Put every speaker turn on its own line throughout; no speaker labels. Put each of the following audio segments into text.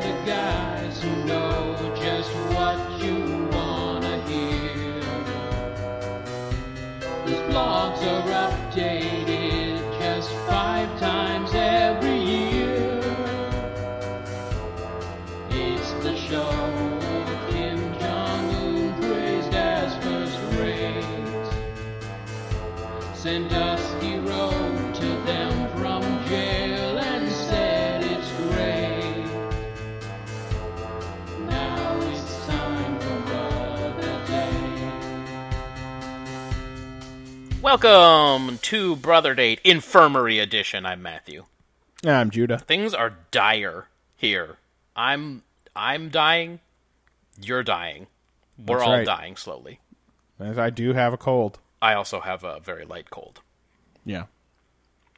the guys who know just what you wanna hear. These blogs are updated just five times every year. It's the show of Kim Jong Un praised as first rate. Sandusky wrote to them from jail and said it's great. Now it's time for Brother Day.
Welcome to Brother Date Infirmary Edition. I'm Matthew.
Yeah, I'm Judah.
Things are dire here. I'm I'm dying. You're dying. We're
That's
all
right.
dying slowly.
As I do have a cold.
I also have a very light cold.
Yeah.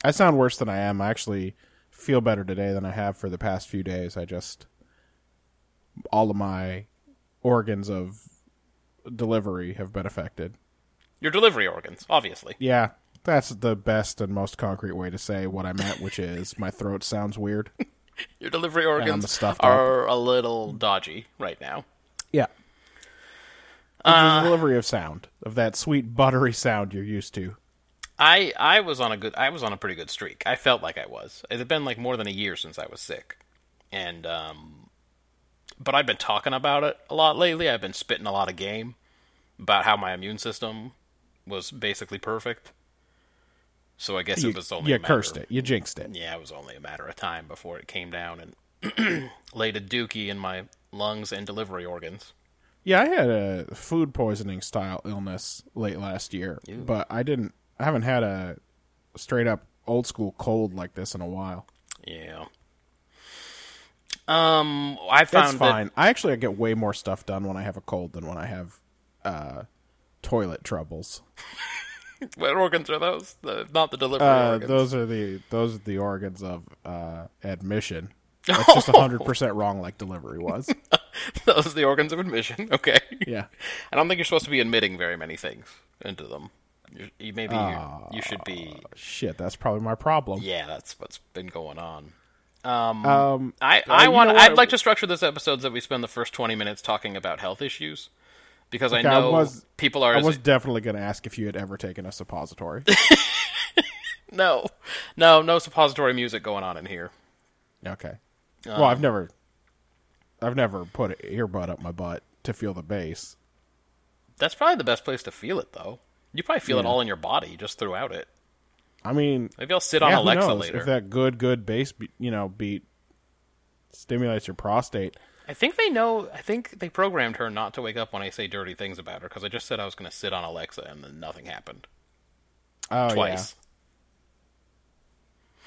I sound worse than I am. I actually feel better today than I have for the past few days. I just all of my organs of delivery have been affected.
Your delivery organs, obviously.
Yeah. That's the best and most concrete way to say what I meant, which is my throat sounds weird.
Your delivery
I'm
organs
stuffed up.
are a little dodgy right now.
Yeah.
Uh,
the delivery of sound, of that sweet buttery sound you're used to.
I I was on a good I was on a pretty good streak. I felt like I was. It had been like more than a year since I was sick, and um, but I've been talking about it a lot lately. I've been spitting a lot of game about how my immune system was basically perfect. So I guess
You,
it was only
you
a matter-
cursed it. You jinxed it.
Yeah, it was only a matter of time before it came down and laid a dookie in my lungs and delivery organs.
Yeah, I had a food poisoning style illness late last year, but I didn't. I haven't had a straight up old school cold like this in a while.
Yeah. Um, I found
It's
that-
fine. I actually get way more stuff done when I have a cold than when I have uh, toilet troubles.
What organs are those? The, not the delivery
Uh,
organs.
those are the those are the organs of uh, admission. That's just
Oh.
hundred percent wrong, like delivery was.
those are the organs of admission. Okay.
yeah,
I don't think you're supposed to be admitting very many things into them. You, you maybe you, you should be.
shit, that's probably my problem.
Yeah, that's what's been going on.
Um,
I, I want.
know what?
I'd like to structure this episode that we spend the first twenty minutes talking about health issues, because
Okay,
I
I
know
was-
people are.
I
as-
was definitely going to ask if you had ever taken a suppository.
no, no, no suppository music going on in here.
Okay. well,
Uh,
I've never, I've never put an earbud up my butt to feel the bass.
That's probably the best place to feel it, though. You probably feel it all in your body just throughout it.
I mean,
Maybe I'll sit
yeah,
on
who
Alexa
knows
later.
if that good, good bass, be- you know, beat stimulates your prostate.
I think they know. I think they programmed her not to wake up when I say dirty things about her because I just said I was going to sit on Alexa and then nothing happened
Oh,
twice.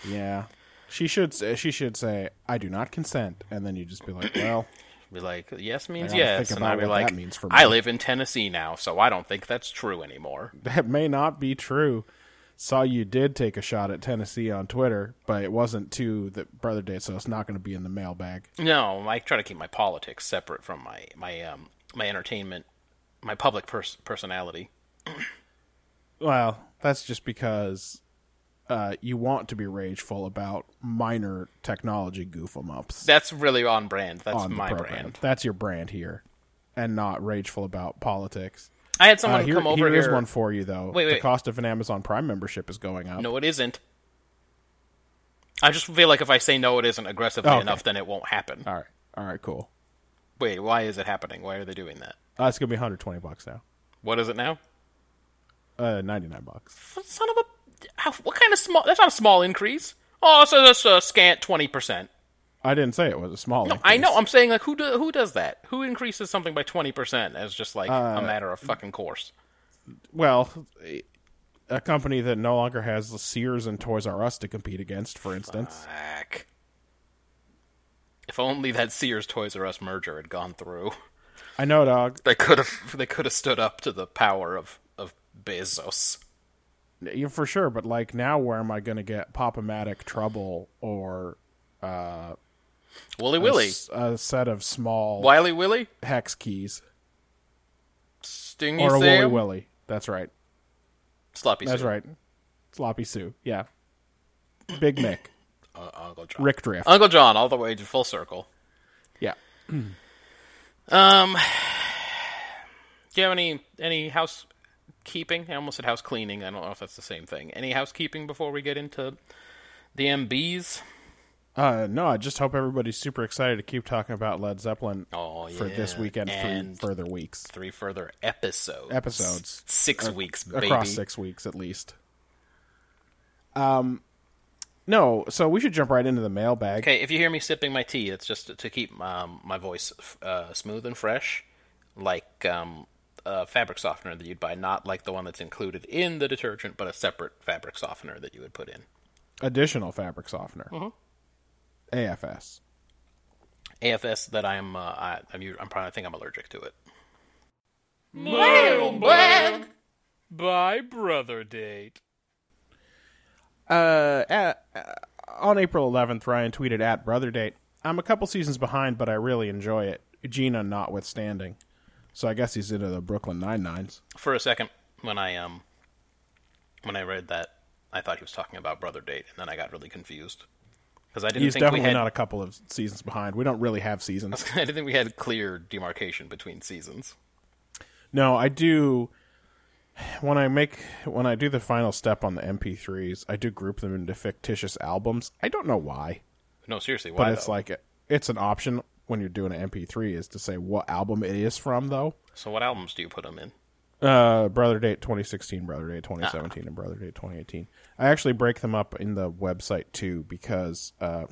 Yeah. yeah. She should. Say, she should say, "I do not consent," and then you just be like, "Well,
Be like, yes means
gotta
yes,
think
and I'd
about
be
what that
like,
means for
I
me.
live in Tennessee now, so I don't think that's true anymore.
that may not be true." Saw you did take a shot at Tennessee on Twitter, but it wasn't to the brother date, so it's not going to be in the mailbag.
No, I try to keep my politics separate from my my um my entertainment, my public pers- personality.
Well, that's just because uh, you want to be rageful about minor technology goof 'em ups
That's really on brand. That's
on the
my
program.
brand.
That's your brand here, and not rageful about politics.
I had someone
Uh, here,
come over
here is
here.
one for you though.
Wait,
The
wait.
cost of an Amazon Prime membership is going up.
No, it isn't. I just feel like if I say no, it isn't aggressively
Oh, okay.
enough, then it won't happen.
All right, all right, cool.
Wait, why is it happening? Why are they doing that?
Uh, it's gonna be 120 bucks now.
What is it now?
Uh, 99 bucks.
Son of a. How, what kind of small. That's not a small increase. Oh, so that's a scant 20%.
I didn't say it was a small. No,
I know. I'm saying, like, who do, who does that? Who increases something by 20% as just, like, a matter of fucking course?
Well, a company that no longer has the Sears and Toys R Us to compete against, for instance.
Fuck. If only that Sears Toys R Us merger had gone through.
I know, dog.
They could have they could have stood up to the power of, of Bezos.
Yeah, for sure. But like now, where am I going to get Pop-O-Matic trouble or
Wooly
a
Willy.
s- a set of small
Wiley Willy?
hex keys?
Stingy
or a woolly
Sam?
willy. That's right.
Sloppy
That's
Sam.
right. Sloppy Sue. Yeah. Big Mick.
Uh, Uncle John.
Rick Drift.
Uncle John, all the way to full circle.
yeah.
Um, do you have any any housekeeping? I almost said house cleaning. I don't know if that's the same thing. Any housekeeping before we get into the MBs?
Uh, no, I just hope everybody's super excited to keep talking about Led Zeppelin
Oh,
for this
yeah.
weekend
And-
for further weeks.
Three further episodes.
Episodes.
Six weeks, baby.
across six weeks at least. Um, no, so we should jump right into the mailbag.
Okay, if you hear me sipping my tea, it's just to keep um, my voice f- uh, smooth and fresh, like um, a fabric softener that you'd buy, not like the one that's included in the detergent, but a separate fabric softener that you would put in.
Additional fabric softener, AFS.
AFS that I'm uh, I, I'm u- I'm probably I think I'm allergic to it.
By brother date.
Uh, at, uh, on April 11th, Ryan tweeted at Brother Date. I'm a couple seasons behind, but I really enjoy it. Gina, notwithstanding. So I guess he's into the Brooklyn Nine Nines.
For a second, when I um when I read that, I thought he was talking about brother date, and then I got really confused because I didn't
He's
think
definitely
we had
not a couple of seasons behind. We don't really have seasons.
I didn't think we had clear demarcation between seasons.
No, I do. When I make when I do the final step on the MP3s, I do group them into fictitious albums. I don't know why,
No, seriously, why?
but it's
though?
like it's an option when you're doing an MP3 is to say what album it is from though.
so what albums do you put them in?
Uh, Brother Date 2016, Brother
Ah.
Date 2017, and Brother Date 2018. I actually break them up in the website too because uh,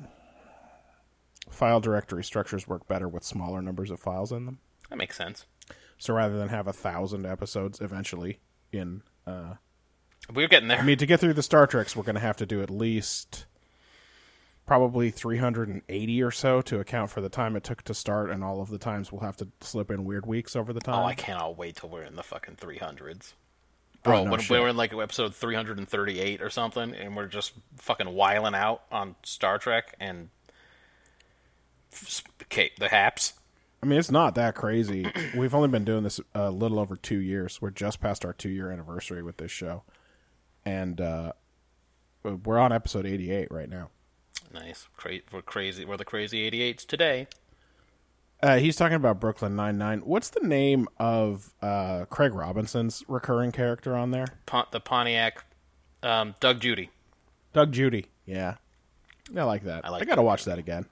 file directory structures work better with smaller numbers of files in them.
That makes sense.
So rather than have a thousand episodes eventually in, uh,
We're getting there.
I mean, to get through the Star Treks, we're going to have to do at least probably 380 or so to account for the time it took to start and all of the times we'll have to slip in weird weeks over the time.
oh, I cannot wait till we're in the fucking three hundreds. Bro,
Oh, no
when
shit.
we're in like episode 338 or something, and we're just fucking wiling out on Star Trek and okay, the Haps.
I mean, it's not that crazy. We've only been doing this a little over two years. We're just past our two year anniversary with this show, and uh, we're on episode eighty eight right now.
Nice, Cra- we're crazy. We're the crazy 88s today.
Uh, he's talking about Brooklyn Nine Nine. What's the name of uh, Craig Robinson's recurring character on there?
Pon- the Pontiac, um, Doug Judy.
Doug Judy. Yeah, I like that. I,
like
got to watch that again.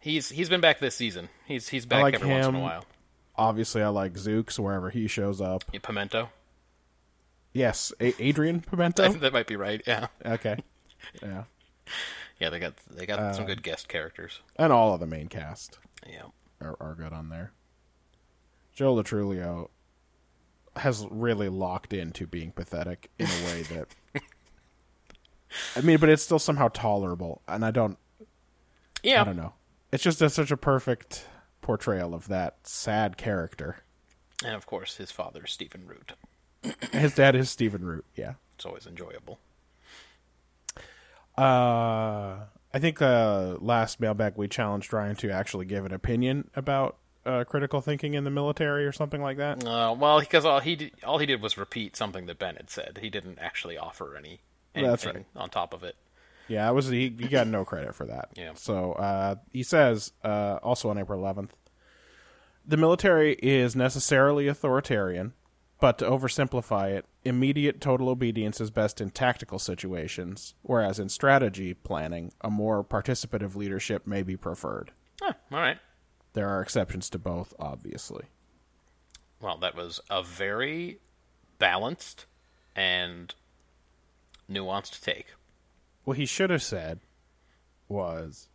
He's he's been back this season. He's he's back
like
every once in a
him.
while.
Obviously, I like Zooks wherever he shows up.
Yeah, Pimento.
Yes, a- Adrian
I
Pimento.
think that might be right. Yeah,
Okay, yeah,
yeah. They got they got some
Uh,
good guest characters.
and all of the main cast.
Yeah.
are, are good on there. Joe Latrulio has really locked into being pathetic in a way that I mean, but it's still somehow tolerable, and I don't
Yeah.
I don't know. It's just a, such a perfect portrayal of that sad character.
And of course, his father, Stephen Root.
His dad is Stephen Root, yeah.
It's always enjoyable.
Uh I think uh last mailbag we challenged Ryan to actually give an opinion about uh, critical thinking in the military or something like that.
Uh, well, because all he did, all he did was repeat something that Ben had said. He didn't actually offer any anything
That's
on top of it.
Yeah, that was he, he got no credit for that.
Yeah.
So uh, he says uh, also on April 11th, the military is necessarily authoritarian, but to oversimplify it, immediate total obedience is best in tactical situations, whereas in strategy planning, a more participative leadership may be preferred.
Huh, all right.
There are exceptions to both, obviously.
Well, that was a very balanced and nuanced take.
What he should have said was,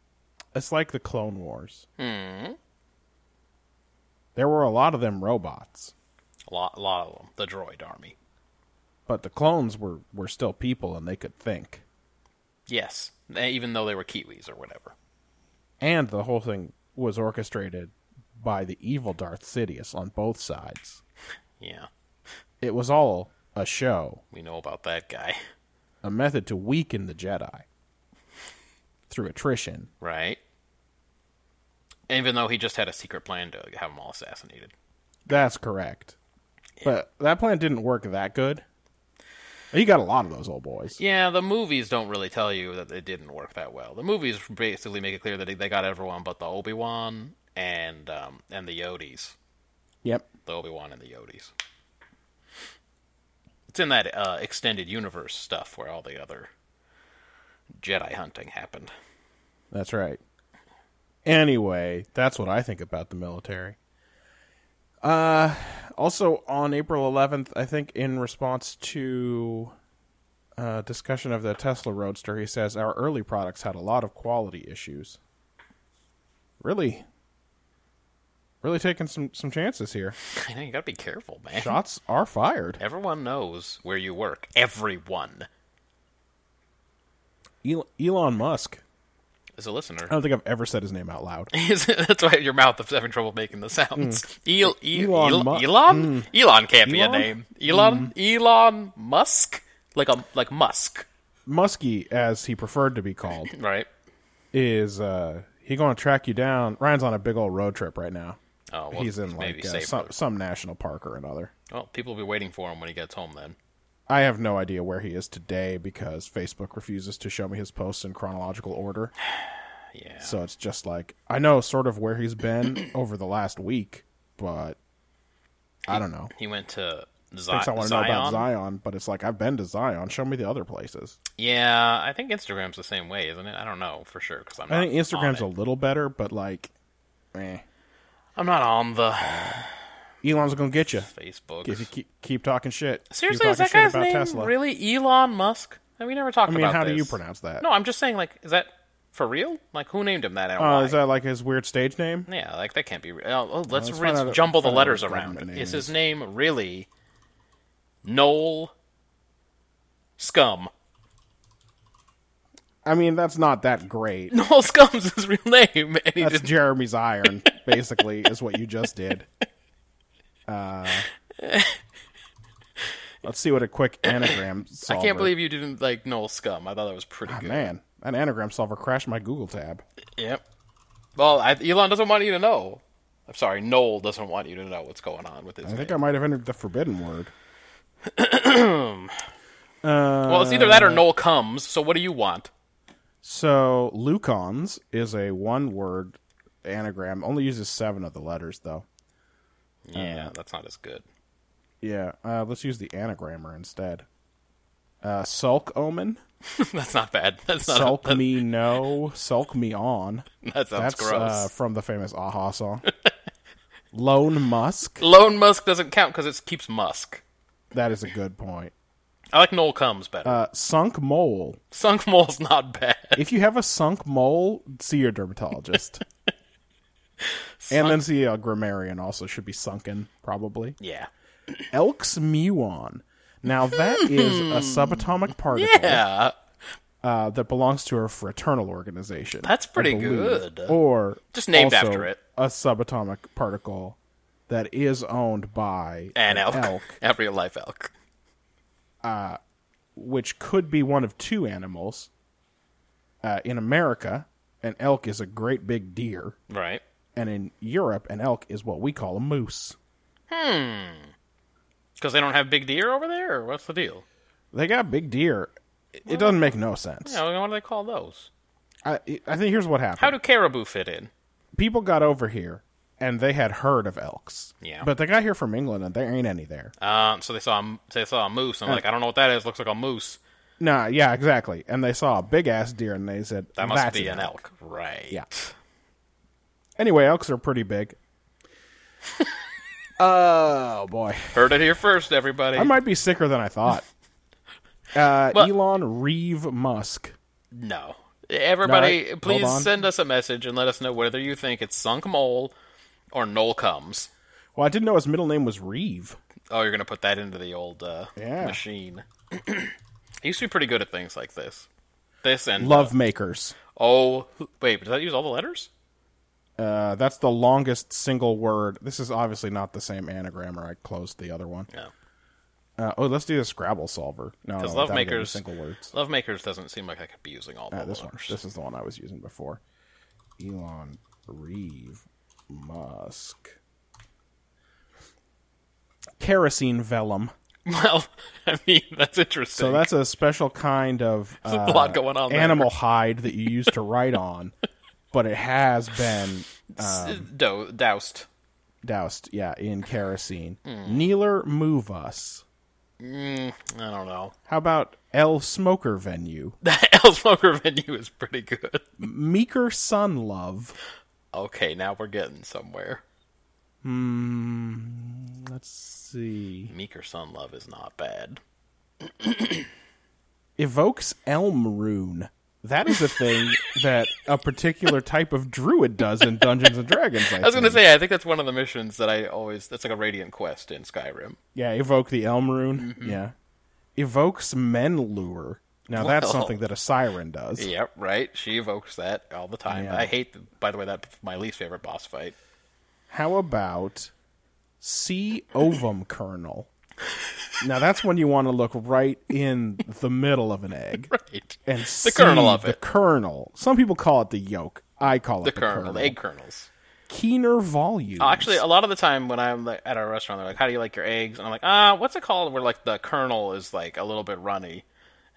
"It's like the Clone Wars. There were a lot of them robots."
A lot, a lot of them. The droid army.
but the clones were were still people and they could think
Yes, Eh, even though they were Kiwis or whatever.
and the whole thing was orchestrated by the evil Darth Sidious on both sides
Yeah,
it was all a show
we know about that guy,
a method to weaken the Jedi through attrition
right? Even though he just had a secret plan to have them all assassinated.
that's correct But that plan didn't work that good. You got a lot of those old boys.
Yeah, the movies don't really tell you that it didn't work that well. The movies basically make it clear that they got everyone but the Obi Wan and um, and the Yodis,
Yep.
the Obi Wan and the Yodis. It's in that uh, extended universe stuff where all the other Jedi hunting happened.
That's right. Anyway, that's what I think about the military. Uh, also on April 11th, I think in response to uh, discussion of the Tesla Roadster, he says our early products had a lot of quality issues. Really, really taking some some chances here.
I know you gotta be careful, man.
Shots are fired.
Everyone knows where you work. Everyone
El- Elon Musk.
is a listener.
I don't think I've ever said his name out loud.
That's why your mouth is having trouble making the sounds. El- El-
Hmm. E-,
Elon,
Elon Mu- hmm.
Elon, Elon can't be a
Elon? Hmm.
name. Elon, Elon Musk, like a like Musk,
Muskie, as he preferred to be called.
right?
is uh he going to track you down? Ryan's on a big old road trip right now.
Oh, well,
He's in
maybe
like uh,
safer.
some some national park or another.
Well, people will be waiting for him when he gets home. Then
I have no idea where he is today because Facebook refuses to show me his posts in chronological order.
Yeah.
So it's just like I know sort of where he's been over the last week, but I don't know.
he went to Zi-
Thinks I want to know
Zion.
about Zion, but it's like I've been to Zion. Show me the other places.
Yeah, I think Instagram's the same way, isn't it? I don't know for sure because I'm. Not
I think Instagram's a
On it.
little better, but like, eh.
I'm not on the
Elon's gonna get you
Facebook.
if you keep, keep talking shit. Keep
Seriously, is that
talking shit
guy's
about
name really Elon Musk? And we never talked
I
about
mean, how do
this.
you pronounce that?
No, I'm just saying, like, is that for real? Like, who named him that? and
Oh,
why?
is that like his weird stage name?
Yeah, like that can't be. Re- oh, oh, let's,
let's
re-
find out-
jumble the
find out what
letters
his
around.
government name
Is his name really Noel Scum?
I mean, that's not that great.
Noel Scum's his real name, and he
That's
just
Jeremy's iron, basically, is what you just did. Uh, let's see what a quick anagram.
I
Solver.
can't believe you didn't like Noel Scum. I thought that was pretty good.
Ah, man, an anagram solver crashed my Google tab.
Yep. Well, I, Elon doesn't want you to know. I'm sorry, Noel doesn't want you to know what's going on with his.
I
name.
think I might have entered the forbidden word.
well, it's either that or Noel comes. So, what do you want?
So Lucons is a one-word anagram. Only uses seven of the letters, though. Uh,
Yeah, that's not as good.
Yeah, uh, let's use the anagrammer instead. Uh, sulk omen.
that's not bad. That's not.
sulk me no, sulk me on.
that sounds
That's
gross.
uh, from the famous Aha song. Lone Musk.
Lone Musk doesn't count because it keeps Musk.
That is a good point.
I like Noel Combs better.
Uh, sunk mole.
Sunk Mole's not bad.
If you have a sunk mole, see your dermatologist. and then see a grammarian also should be sunken, probably.
Yeah.
Elks muon. Now that is a subatomic particle
Hmm. Yeah.
uh, that belongs to a fraternal organization.
That's
I
pretty
believe.
good.
Or
Just named
also
after it.
A subatomic particle that is owned by
And elk.
elk
Every life elk.
which could be one of two animals. Uh, in America, an elk is a great big deer,
Right.
and in Europe, an elk is what we call a moose.
Because they don't have big deer over there? Or what's the deal?
They got big deer. It- It doesn't make no sense.
Yeah, what do they call those?
I, I think here's what
How
happened.
do caribou fit in?
People got over here, and they had heard of elks.
Yeah.
But they got here from England, and there ain't any there.
Um, so they saw a, they saw a moose. I'm like, I don't know what that is. Looks like a moose.
Nah, yeah, exactly. And they saw a big ass deer, and they said,
That must
"That's
be an elk. Right.
Yeah. Anyway, elks are pretty big. oh boy.
Heard it here first, everybody.
I might be sicker than I thought. Uh,
Well-
Elon Reeve Musk.
No. Everybody,
All right, hold
please
on.
send us a message and let us know whether you think it's Sunk Mole or Noel Combs.
Well, I didn't know his middle name was Reeve.
Oh, you're gonna put that into the old uh,
Yeah.
machine. I used to be pretty good at things like this. This and
Love makers.
oh wait, does that use all the letters?
Uh, that's the longest single word. This is obviously not the same anagrammer. I closed the other one.
No,
Uh, oh, let's do the Scrabble solver. No, no
because
that'll
love
give
makers
me single words.
Love makers doesn't seem like I could be using all the
Uh, this one.
letters.
This is the one I was using before. Elon Reeve Musk. kerosene vellum.
Well, I mean, that's interesting.
So that's a special kind of uh,
a lot going on there.
animal hide that you use to write on, but it has been
S-
um,
do- doused.
doused, yeah, in kerosene.
Hmm.
Kneeler, move us.
I don't know.
How about El Smoker Venue?
That El Smoker venue is pretty good.
Meeker Sun Love.
Okay, now we're getting somewhere.
Hmm, Let's see.
Meeker Sun Love is not bad.
Evokes Elm Rune. That is a thing that a particular type of druid does in Dungeons and Dragons. I,
I was going to
think.
say, I think that's one of the missions that I always. That's like a Radiant quest in Skyrim.
Yeah, evoke the elm rune.
Mm-hmm.
Yeah. Evokes men lure. Now that's
Well.
something that a siren does.
Yep, right. She evokes that all the time.
Yeah.
I hate, by the way, that's my least favorite boss fight.
How about sea ovum kernel? Now that's when you want to look right in the middle of an egg
Right.
and see
kernel of
the
it.
kernel. Some people call it the yolk. I call
The
it the
kernel,
kernel.
the egg kernels.
Keener volume.
Oh, Actually, a lot of the time when I'm like, at a restaurant, they're like, "How do you like your eggs?" And I'm like, "Ah, what's it called?" Where like the kernel is like a little bit runny,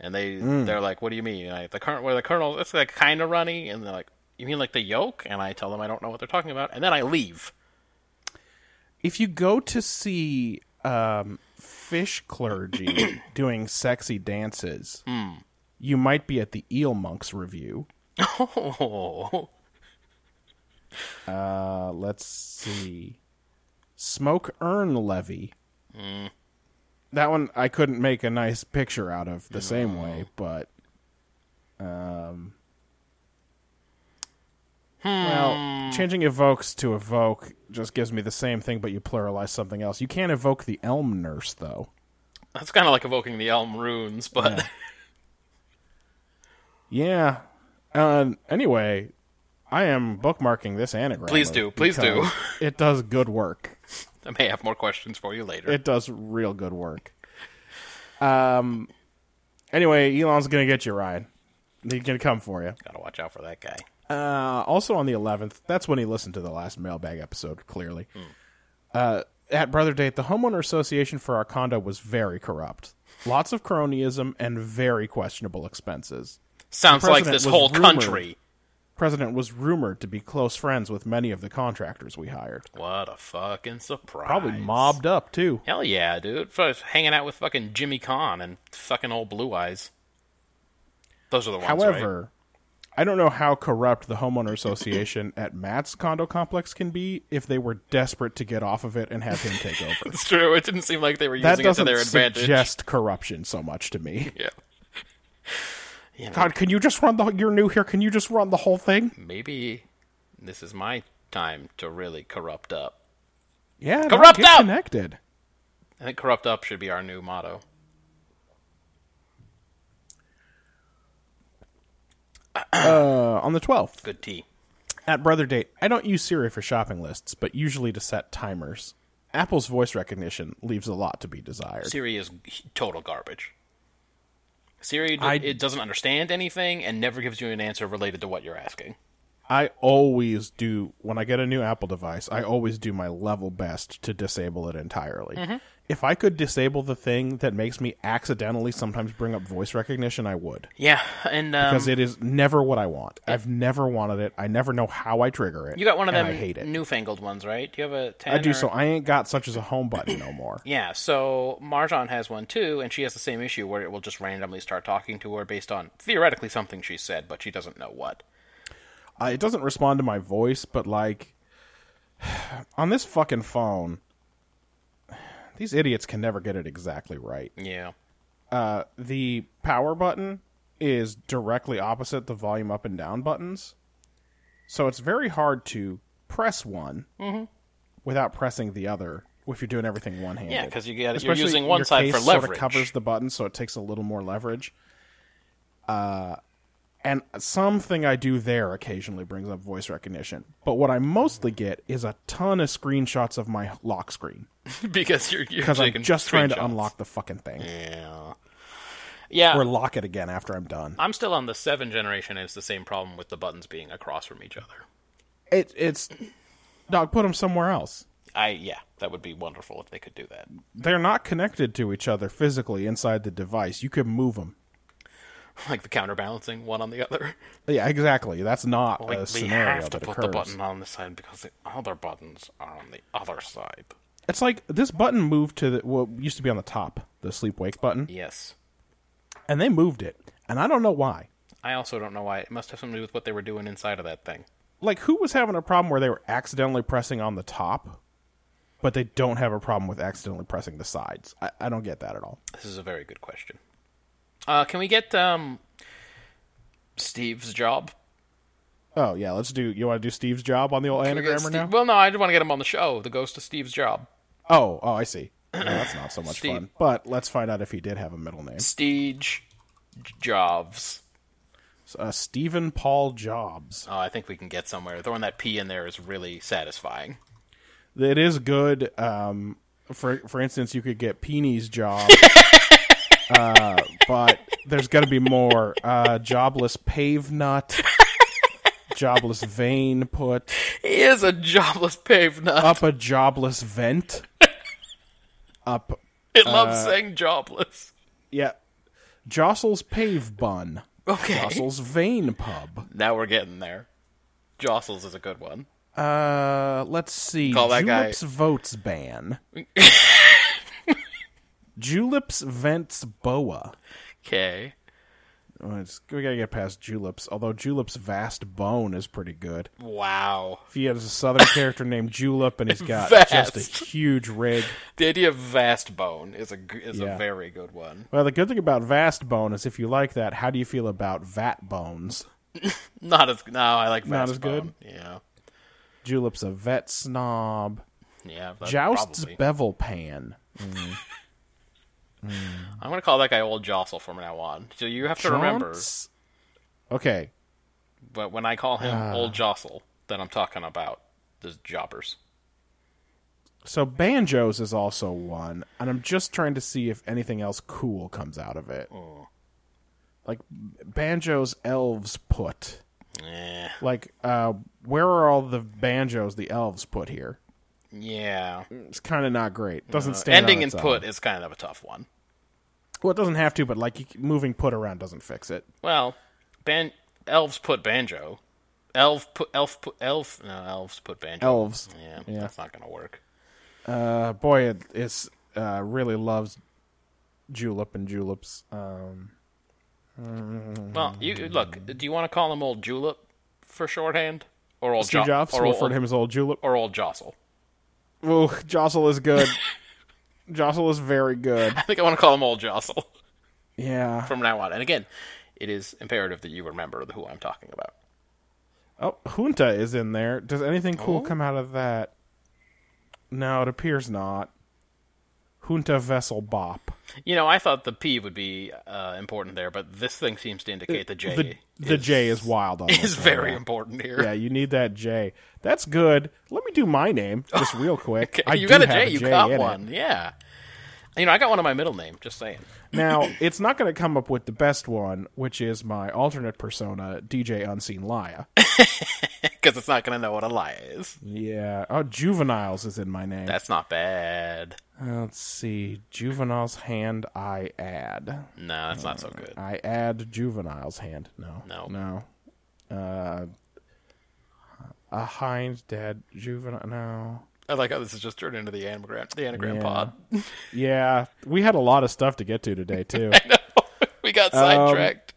and they
Mm.
they're like, "What do you mean?" And I, the kernel, where the kernel, it's like kind of runny, and they're like, "You mean like the yolk?" And I tell them I don't know what they're talking about, and then I leave.
if you go to see um, fish clergy doing sexy dances, you might be at the eel monks review.
Oh,
Uh, let's see. Smoke urn levy.
Mm.
That one I couldn't make a nice picture out of the same way, but um,
Hmm.
well, changing evokes to evoke just gives me the same thing, but you pluralize something else. You can't evoke the elm nurse though.
that's kind of like evoking the elm runes, but
Yeah. Uh, anyway, I am bookmarking this anagram.
Please do, please do.
because It does good work.
I may have more questions for you later.
It does real good work. Um. Anyway, Elon's gonna get you, Ryan. He's gonna come for you.
Gotta watch out for that guy.
Uh, also on the eleventh, that's when he listened to the last mailbag episode. Clearly, uh, at brother date, the homeowner association for our condo was very corrupt. Lots of cronyism and very questionable expenses.
Sounds like
president
this
was
whole
rumored-
country.
President was rumored to be close friends with many of the contractors we hired.
What a fucking surprise!
Probably mobbed up too.
Hell yeah, dude. First, hanging out with fucking Jimmy Kahn and fucking old Blue Eyes. Those are the ones. right?
However, I don't know how corrupt the homeowner association at Matt's condo complex can be if they were desperate to get off of it and have him take over.
it's true. It didn't seem like they were
that
using it to
doesn't
their advantage.
suggest corruption so much to me.
Yeah. You know,
God, can you just run the? You're new here. Can you just run the whole thing?
maybe this is my time to really corrupt up.
Yeah, no,
Corrupt
get
up!
connected.
I think corrupt up should be our new motto.
Uh, on the twelfth,
Good tea.
At Brother Date, I don't use Siri for shopping lists, but usually to set timers. Apple's voice recognition leaves a lot to be desired.
Siri is total garbage. Siri, d-
I-
it doesn't understand anything and never gives you an answer related to what you're asking.
I always do when I get a new Apple device, I always do my level best to disable it entirely.
Mm-hmm.
If I could disable the thing that makes me accidentally sometimes bring up voice recognition, I would.
Yeah, and um,
Because it is never what I want. I've never wanted it. I never know how I trigger it.
you got one of
and
them
I hate it.
newfangled ones, right? Do you have a ten?
I do
or-
so I ain't got such as a home button no more.
Yeah, so Marjan has one too, and she has the same issue where it will just randomly start talking to her based on theoretically something she said, but she doesn't know what.
uh, it doesn't respond to my voice, but like on this fucking phone, these idiots can never get it exactly right.
Yeah.
The power button is directly opposite the volume up and down buttons, so it's very hard to press one
Mm-hmm.
without pressing the other if you're doing everything one handed.
Yeah, because you get, you're
Especially
using one
your
side
case
for
sorta
leverage.
covers the button, so it takes a little more leverage. Uh, and something I do there occasionally brings up voice recognition. But what I mostly get is a ton of screenshots of my lock screen
because you're, you're
because
taking
I'm just trying to
screenshots.
unlock the fucking thing
Yeah. Yeah.
or lock it again after I'm done.
I'm still on the 7 generation, and it's the same problem with the buttons being across from each other.
It, it's dog. Put them somewhere else.
I yeah, that would be wonderful if they could do that.
They're not connected to each other physically inside the device. You could move them.
Like the counterbalancing one on the other.
Yeah, exactly. That's not
Like
a
we
scenario
have to
that
put
occurs.
the button on this side because the other buttons are on the other side.
It's like this button moved to the, what used to be on the top, the sleep wake button,
Yes.
and they moved it, and I don't know why.
I also don't know why. It must have something to do with what they were doing inside of that thing.
Like, who was having a problem where they were accidentally pressing on the top, but they don't have a problem with accidentally pressing the sides? I, I don't get that at all.
This is a very good question. Uh, can we get um, Steve's job?
Oh yeah, let's do. You want to do Steve's job on the old
Can we get
anagrammer now?
Steve- Well, no, I just want to get him on the show. The ghost of Steve's job.
Oh, oh, I see. No, that's not so much
Steve.
fun. But let's find out if he did have a middle name.
Stege Jobs.
Uh, Stephen Paul Jobs.
Oh, I think we can get somewhere. Throwing that P in there is really satisfying.
It is good. Um, for for instance, you could get Peenie's job. uh, but there's got to be more. Uh, jobless pave nut. Jobless vein put
He is a jobless pave nut.
up a jobless vent. Up,
it loves saying jobless.
yeah. Jostle's pave bun.
Okay.
Jostle's vein pub.
Now we're getting there. Jostles is a good one.
Uh, let's see.
Call that guy.
Juleps votes ban. Juleps vents boa.
Okay.
Oh, it's- we gotta get past Juleps. Although Julep's vast bone is pretty good.
Wow.
If he has a southern character named Julep and he's got just
Vast.
a huge rig.
The idea of vast bone is a g- is
Yeah.
a very good one.
Well, the good thing about vast bone is if you like that, how do you feel about vat bones?
Not as no, I like vast
Not as
bone. Yeah,
Julep's a vet snob.
yeah. that-
Joust's
Uh, probably.
bevel pan.
I'm gonna call that guy old Jostle from now on. So you have to remember,
Chaunce- Okay,
but when I call him
Uh.
old Jostle, then I'm talking about the jobbers.
So banjos is also one, and I'm just trying to see if anything else cool comes out of it.
Oh.
Like banjos, elves put.
Eh,
Like, uh, where are all the banjos the elves put here?
yeah.
It's kind of not great. Doesn't stand.
Uh, Ending
on
in
its own.
put is kind of a tough one.
Well, it doesn't have to, but like you, c- moving put around doesn't fix it.
Well, ban- elves put banjo. Elf put elf put elf. No, elves put banjo.
Elves.
Yeah,
Yeah.
that's not gonna work.
Uh, boy, it it's, uh, really loves julep and juleps. Um,
Well, you you- look. Do you want to call him old Julep for shorthand, or old
Steve
Jo-
Jobs
or old,
referred him as old julep.
or old Jostle?
Ooh, Jostle is good. Jostle is very good.
I think I want to call him old Jostle
Yeah.
from now on. And again, it is imperative that you remember who I'm talking about.
Oh, junta is in there. Does anything
Oh.
cool come out of that? No, it appears not. Junta vessel bop.
You know, I thought the P would be uh, important there, but this thing seems to indicate the J.
The the
is,
J is wild on this
is
one.
very important here.
Yeah, you need that J. That's good. Let me do my name just real quick. I
you
do
got a
have
J. You
J
got
in it.
one. Yeah. You know, I got one on my middle name. Just saying.
Now, it's not going to come up with the best one, which is my alternate persona, DJ Unseen Laya.
Because it's not going to know what a lie is.
yeah. Oh, Juveniles is in my name.
That's not bad.
Uh, Let's see. Juvenile's hand I add.
No, that's not so good.
I add juvenile's hand. No.
No.
No. Uh, a hind dead juvenile. No.
I like how this has just turned into the anagram, the anagram
Yeah.
pod.
Yeah, we had a lot of stuff to get to today too.
we got
Um,
sidetracked.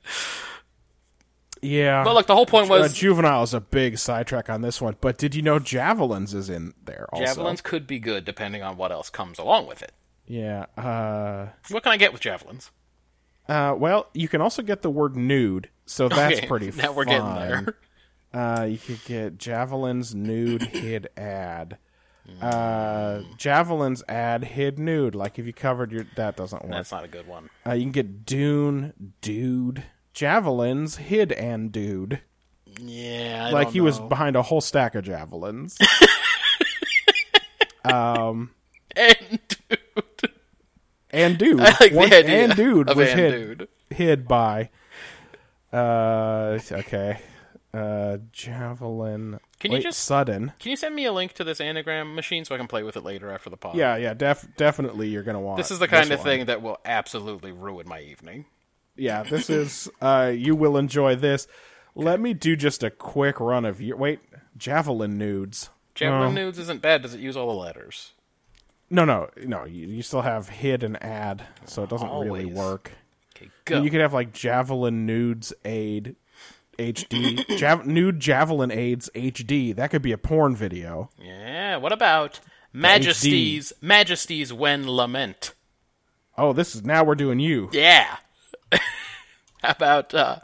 yeah.
but look, the whole point
uh,
was
juvenile is a big sidetrack on this one. But did you know javelins is in there also?
javelins could be good depending on what else comes along with it.
Yeah. Uh,
What can I get with javelins?
uh, well, you can also get the word nude, so that's
Okay,
pretty.
Now we're
fun.
getting there.
Uh, you could get javelins nude hid ad. Uh, javelins ad hid nude. Like if you covered your that doesn't work.
That's not a good one.
Uh, you can get dune dude. Javelins hid and dude.
Yeah, I
like
don't
he was
know.
behind a whole stack of javelins.
and dude,
and dude,
like
One-
the idea
and dude
of
was
and
hid
dude.
hid by. Uh, okay. Uh, javelin.
Can you
Wait,
just-
sudden?
Can you send me a link to this anagram machine so I can play with it later after the pod?
Yeah, yeah. Def- definitely, you're gonna want.
This is the kind of
one.
thing that will absolutely ruin my evening.
Yeah, this is. Uh, you will enjoy this. Let me do just a quick run of your. Wait, javelin nudes. Oh.
Javelin nudes isn't bad. Does it use all the letters?
No, no, no. You, you still have hid and add, so it doesn't really
Always.
work.
Okay, go.
You could have like javelin nudes aid HD Jav- nude javelin aids HD. That could be a porn video.
yeah. What about Majesties? Majesties when lament.
Oh, this is now we're doing you.
Yeah. How about uh,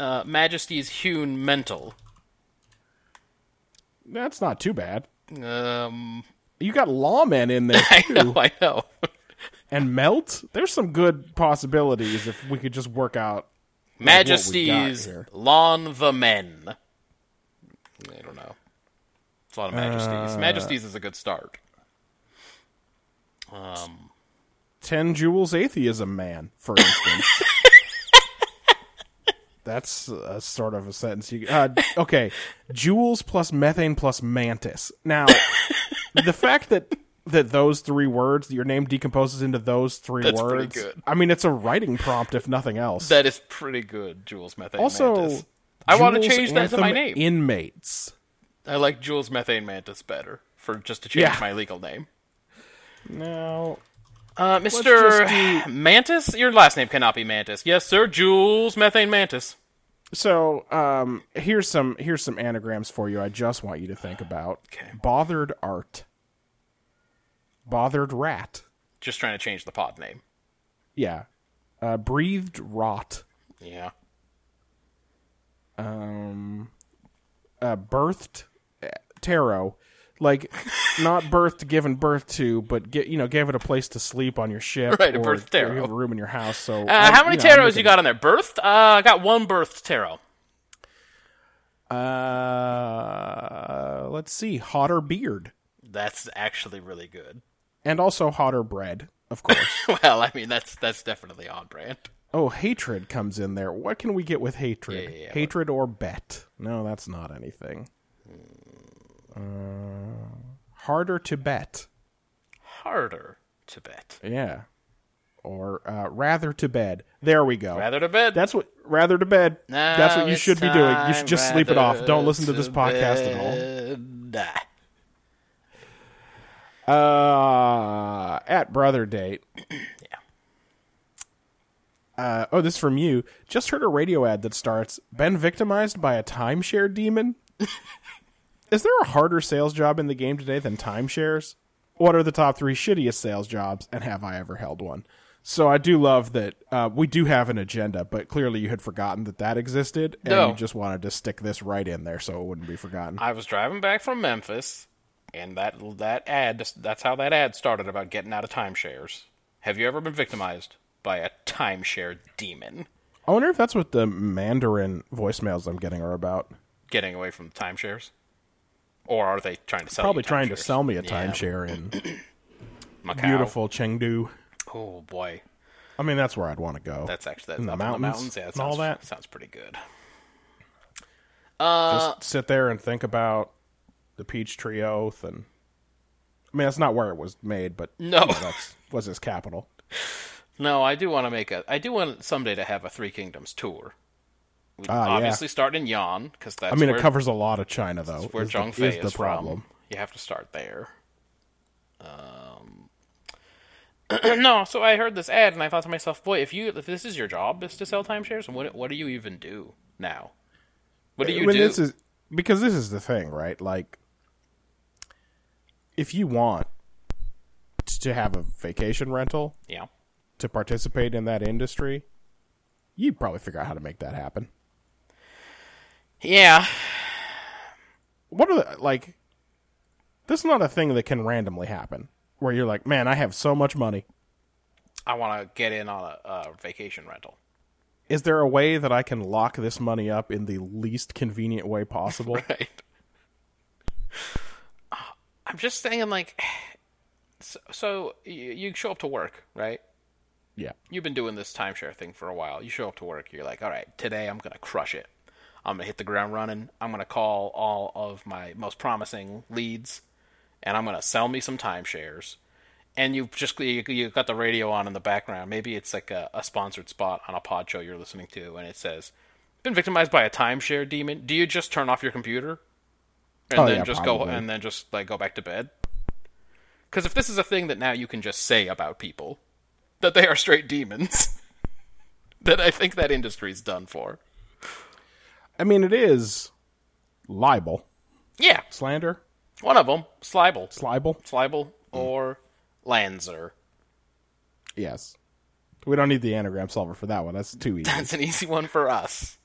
uh, Majesties hewn mental?
That's not too bad.
Um,
You got lawmen in there
I
too,
know. I know.
and melt. There's some good possibilities if we could just work out.
Majesties
here.
lawn the men. I don't know. It's a lot of
Uh,
majesties. majesties is a good start.
Ten Jewels Atheism Man, for instance. That's a sort of a sentence. You uh, okay? Jewels plus methane plus mantis. Now, the fact that that those three words, your name decomposes into those three
That's pretty
words.
good.
I mean, it's a writing prompt, if nothing else.
That is pretty good, Jules Methane
also,
Mantis. I want to
Jewels
change that to my
Anthem
name.
Inmates.
I like Jules Methane Mantis better for just to change
Yeah.
my legal name.
Now,
Uh,
just
Mr. Mantis, your last name cannot be Mantis. Yes, sir, Jules Methane Mantis.
So um, here's some here's some anagrams for you. I just want you to think about
Okay.
bothered art, bothered rat,
Just trying to change the pod name.
yeah, uh, breathed rot,
Yeah.
Um, uh, birthed eh, tarot, like not birthed given birth to, but get you know gave it a place to sleep on your ship,
Right, a
or-
birthed tarot.
or you have a room in your house. So um,
Uh, how many tarots you got on there? Birthed? Uh, I got one birthed tarot.
got? Uh, let's see, hotter beard,
That's actually really good.
and also hotter bread, of course.
Well, I mean that's that's definitely on brand.
Oh, hatred comes in there. What can we get with hatred?
Yeah, yeah, yeah.
hatred or bet? No, that's not anything. Uh, harder to bet.
Harder to bet.
Yeah. Or uh, rather to bed. There we go.
Rather to bet.
that's what rather to bed.
Now
that's what you
it's
should be doing. You should
time
just sleep it off.
rather
Don't listen to this podcast at
bed. Ah.
all. Uh, at brother date.
Yeah.
Uh, oh, this is from you. Just heard a radio ad that starts Been victimized by a timeshare demon? is there a harder sales job in the game today than timeshares? What are the top three shittiest sales jobs, and have I ever held one? So I do love that uh, we do have an agenda, but clearly you had forgotten that that existed, and
No.
you just wanted to stick this right in there so it wouldn't be forgotten.
I was driving back from Memphis, and that that ad that's how that ad started about getting out of timeshares. Have you ever been victimized by a timeshare demon?
I wonder if that's what the Mandarin voicemails I'm getting are about.
Getting away from timeshares, or are they trying to sell?
Probably
you
trying to
timeshares?
sell me a
Yeah,
timeshare in
Macau.
beautiful Chengdu.
Oh boy,
I mean, that's where I'd want to go.
that's actually
In the
up
mountains
In the mountains. Yeah, that
and
sounds,
all that.
sounds pretty good. Uh,
just sit there and think about the Peachtree Oath, and I mean that's not where it was made, but
No.
you know, that's was his capital.
No, I do want to make a. I do want someday to have a Three Kingdoms tour. We
Ah, yeah.
obviously start in Yan because that's
I mean,
where,
it covers a lot of China, though.
where
is the-
Zhang Fei
is
is,
the problem?
from. You have to start there. Um, no, so I heard this ad and I thought to myself, boy, if you if this is your job is to sell timeshares, what what do you even do now? What do you
I mean,
do?
Uh, this is because this is the thing, right? Like, if you want to have a vacation rental
yeah,
to participate in that industry, you'd probably figure out how to make that happen.
yeah.
what are the like this is not a thing that can randomly happen where you're like man i have so much money
I want to get in on a, a vacation rental.
is there a way that i can lock this money up in the least convenient way possible
Right. I'm just saying, like, so, so you, you show up to work, right?
yeah
You've been doing this timeshare thing for a while. You show up to work, you're like, all right, today I'm going to crush it. I'm gonna hit the ground running. I'm gonna call all of my most promising leads, and I'm gonna sell me some timeshares. And you've just you, you got the radio on in the background. Maybe it's like a, a sponsored spot on a pod show you're listening to, and it says, "Been victimized by a timeshare demon." Do you just turn off your computer and
Oh,
then
yeah,
just go
probably.
and then just like go back to bed? Because if this is a thing that now you can just say about people that they are straight demons, that I think that industry's done for.
I mean, it is libel,
Yeah,
slander,
one of them, Slibel,
it's libel.
Slibel,
Hmm.
or Lanzer.
Yes, we don't need the anagram solver for that one. That's too easy.
That's an easy one for us.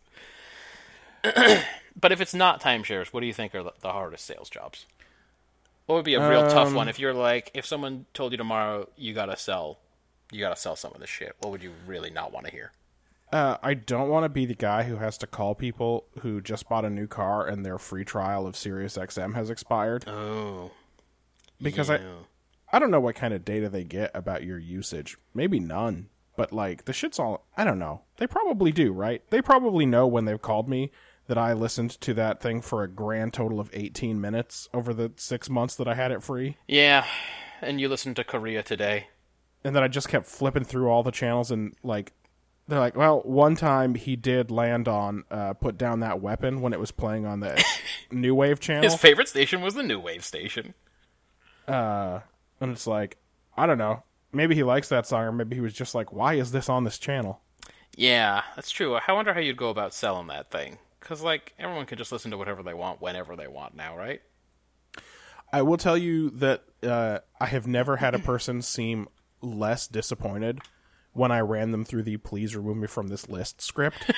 but if it's not timeshares, what do you think are the the hardest sales jobs? What would be a real tough one if you're like, if someone told you tomorrow you gotta sell, you gotta sell some of this shit. What would you really not want to hear?
Uh, I don't want to be the guy who has to call people who just bought a new car and their free trial of Sirius XM has expired
Oh,
because I I don't know what kind of data they get about your usage. Maybe none, but like the shit's all I don't know. They probably do, right? They probably know when they've called me that I listened to that thing for a grand total of 18 minutes over the 6 months that I had it free
yeah. And you listen to Korea today.
and then I just kept flipping through all the channels and like they're like, well, one time he did land on uh, put down that weapon when it was playing on the new wave channel,
His favorite station was the New Wave station.
and it's like, I don't know, maybe he likes that song, or maybe he was just like, why is this on this channel?
Yeah, that's true. I wonder how you'd go about selling that thing. Because, like, everyone can just listen to whatever they want whenever they want now, right?
I will tell you that uh, I have never had a person seem less disappointed when I ran them through the "Please remove me from this list" script.